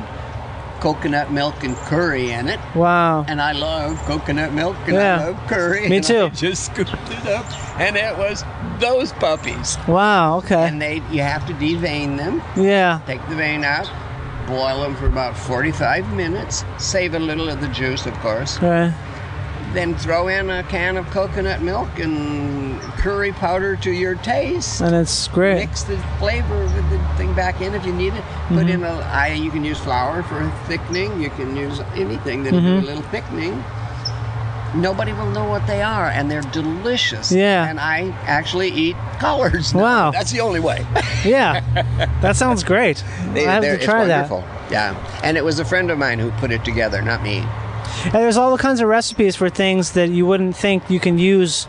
coconut milk and curry in it.
Wow.
And I love coconut milk and
Yeah.
I love curry.
Me
and
too.
I just scooped it up, and it was those puppies.
Wow. Okay.
And they, you have to devein them
Yeah.
take the vein out, boil them for about 45 minutes, save a little of the juice, of course,
Right.
then throw in a can of coconut milk and curry powder to your taste.
And it's great.
Mix the flavor with the thing back in if you need it.
Mm-hmm.
Put in a, I, you can use flour for thickening. You can use anything that'll
Mm-hmm.
do a little thickening. Nobody will know what they are, and they're delicious.
Yeah.
And I actually eat collards. now.
Wow.
That's the only way.
Yeah. That sounds great.
They,
I have
they're-
to try
it's
that.
wonderful. Yeah, and it was a friend of mine who put it together, not me.
And there's all kinds of recipes for things that you wouldn't think you can use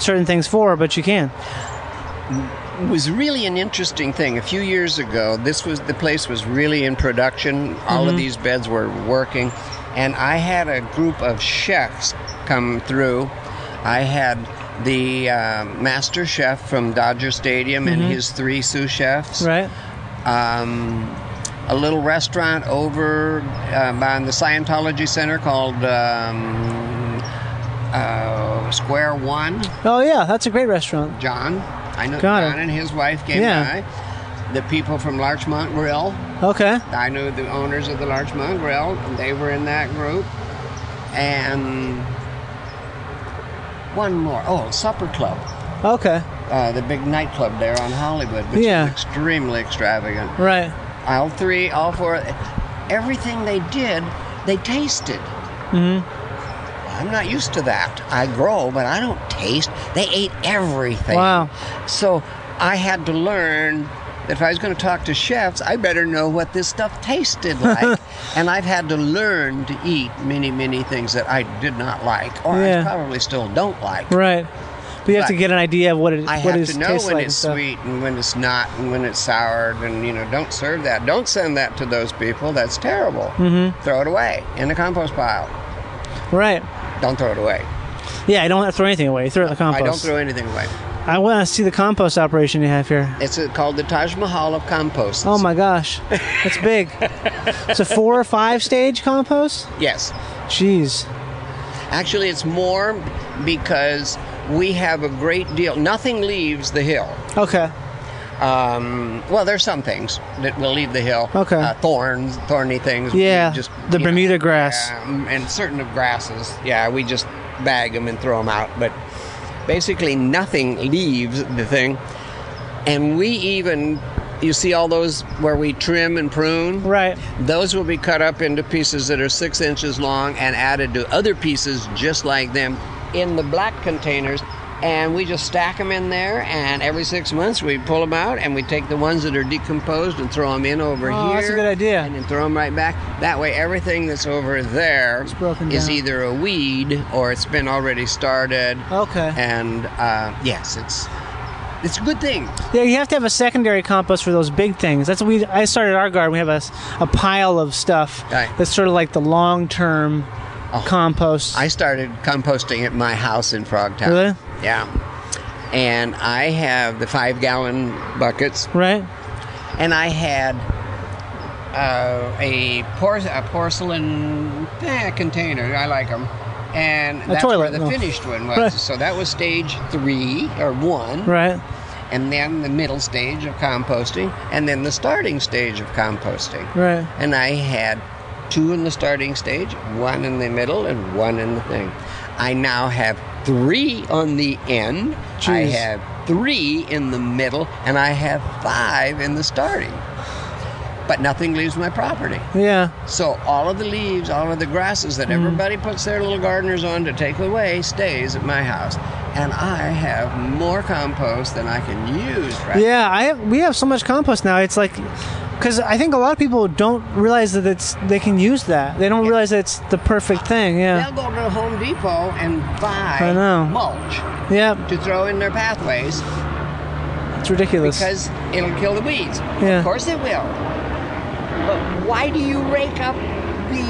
certain things for, but you can.
It was really an interesting thing. A few years ago, this was the place was really in production. All of these beds were working, and I had a group of chefs come through. I had the uh, master chef from Dodger Stadium and his three sous chefs.
Right.
um, a little restaurant over uh, by the Scientology Center called um, uh, Square One.
Oh yeah, that's a great restaurant.
John, I know
Got it.
John and his wife came
Yeah.
by. The people from Larchmont Grill.
Okay.
I knew the owners of the Larchmont Grill. and They were in that group. And one more. Oh, Supper Club.
Okay.
Uh, the big nightclub there on Hollywood, which
Yeah.
is extremely extravagant.
Right.
all three, all four, everything they did, they tasted. Mm-hmm. I'm not used to that. I grow, but I don't taste. They ate everything.
Wow.
So I had to learn that if I was going to talk to chefs, I better know what this stuff tasted like. and I've had to learn to eat many, many things that I did not like, or
Yeah.
I probably still don't like.
Right. But you have to
But
get an idea of what it
I
what
have
it
to know
tastes
when
like. and
it's
stuff.
sweet and when it's not and when it's soured and you know don't serve that. Don't send that to those people. That's terrible. Mm-hmm. Throw it away in the compost pile.
Right.
Don't throw it away.
Yeah, I don't want to throw anything away. You throw it in the compost.
I don't throw anything away.
I want to see the compost operation you have here.
It's uh called the Taj Mahal of compost.
Oh my gosh, it's big. it's a four or five stage compost.
Yes,
Jeez.
actually, it's more because we have a great deal. Nothing leaves the hill.
Okay.
Um, well, there's some things that will leave the hill.
Okay.
Uh, thorns, thorny things. we
Yeah,
Just
the
you know,
Bermuda grass.
um, and certain of grasses. Yeah, we just bag them and throw them out. But basically, nothing leaves the thing. And we even, you see all those where we trim and prune.
Right.
Those will be cut up into pieces that are six inches long and added to other pieces just like them in the black containers and we just stack them in there. And every six months we pull them out and we take the ones that are decomposed and throw them in over
Oh,
here.
that's a good idea.
And then throw them right back. That way, everything that's over there is
broken down.
either a weed or it's been already started.
Okay.
And uh, yes, it's it's a good thing.
Yeah, you have to have a secondary compost for those big things. That's what we. I started our garden. We have a, s- a pile of stuff
Right. Oh.
that's sort of like the long term compost.
I started composting at my house in Frogtown.
Really?
Yeah. And I have the five gallon buckets,
right?
and I had uh, a, por- a porcelain eh, container. I like them. And that's
toilet,
where the
no.
finished one was.
Right.
So that was stage three or one.
Right.
And then the middle stage of composting, and then the starting stage of composting.
Right.
And I had two in the starting stage, one in the middle, and one in the thing. I now have three on the end. I
Jeez.
have three in the middle, and I have five in the starting. But nothing leaves my property.
Yeah.
So all of the leaves, all of the grasses that
Mm-hmm.
everybody puts their little gardeners on to take away stays at my house. And I have more compost than I can use right
Yeah, I have, we have so much compost now. It's like because I think a lot of people don't realize that it's they can use that. They don't realize that it's the perfect thing.
They'll
Yeah.
go to Home Depot and buy
I know.
mulch
Yeah.
to throw in their pathways
It's ridiculous.
because it'll kill the weeds.
Yeah.
Of course it will. But why do you rake up the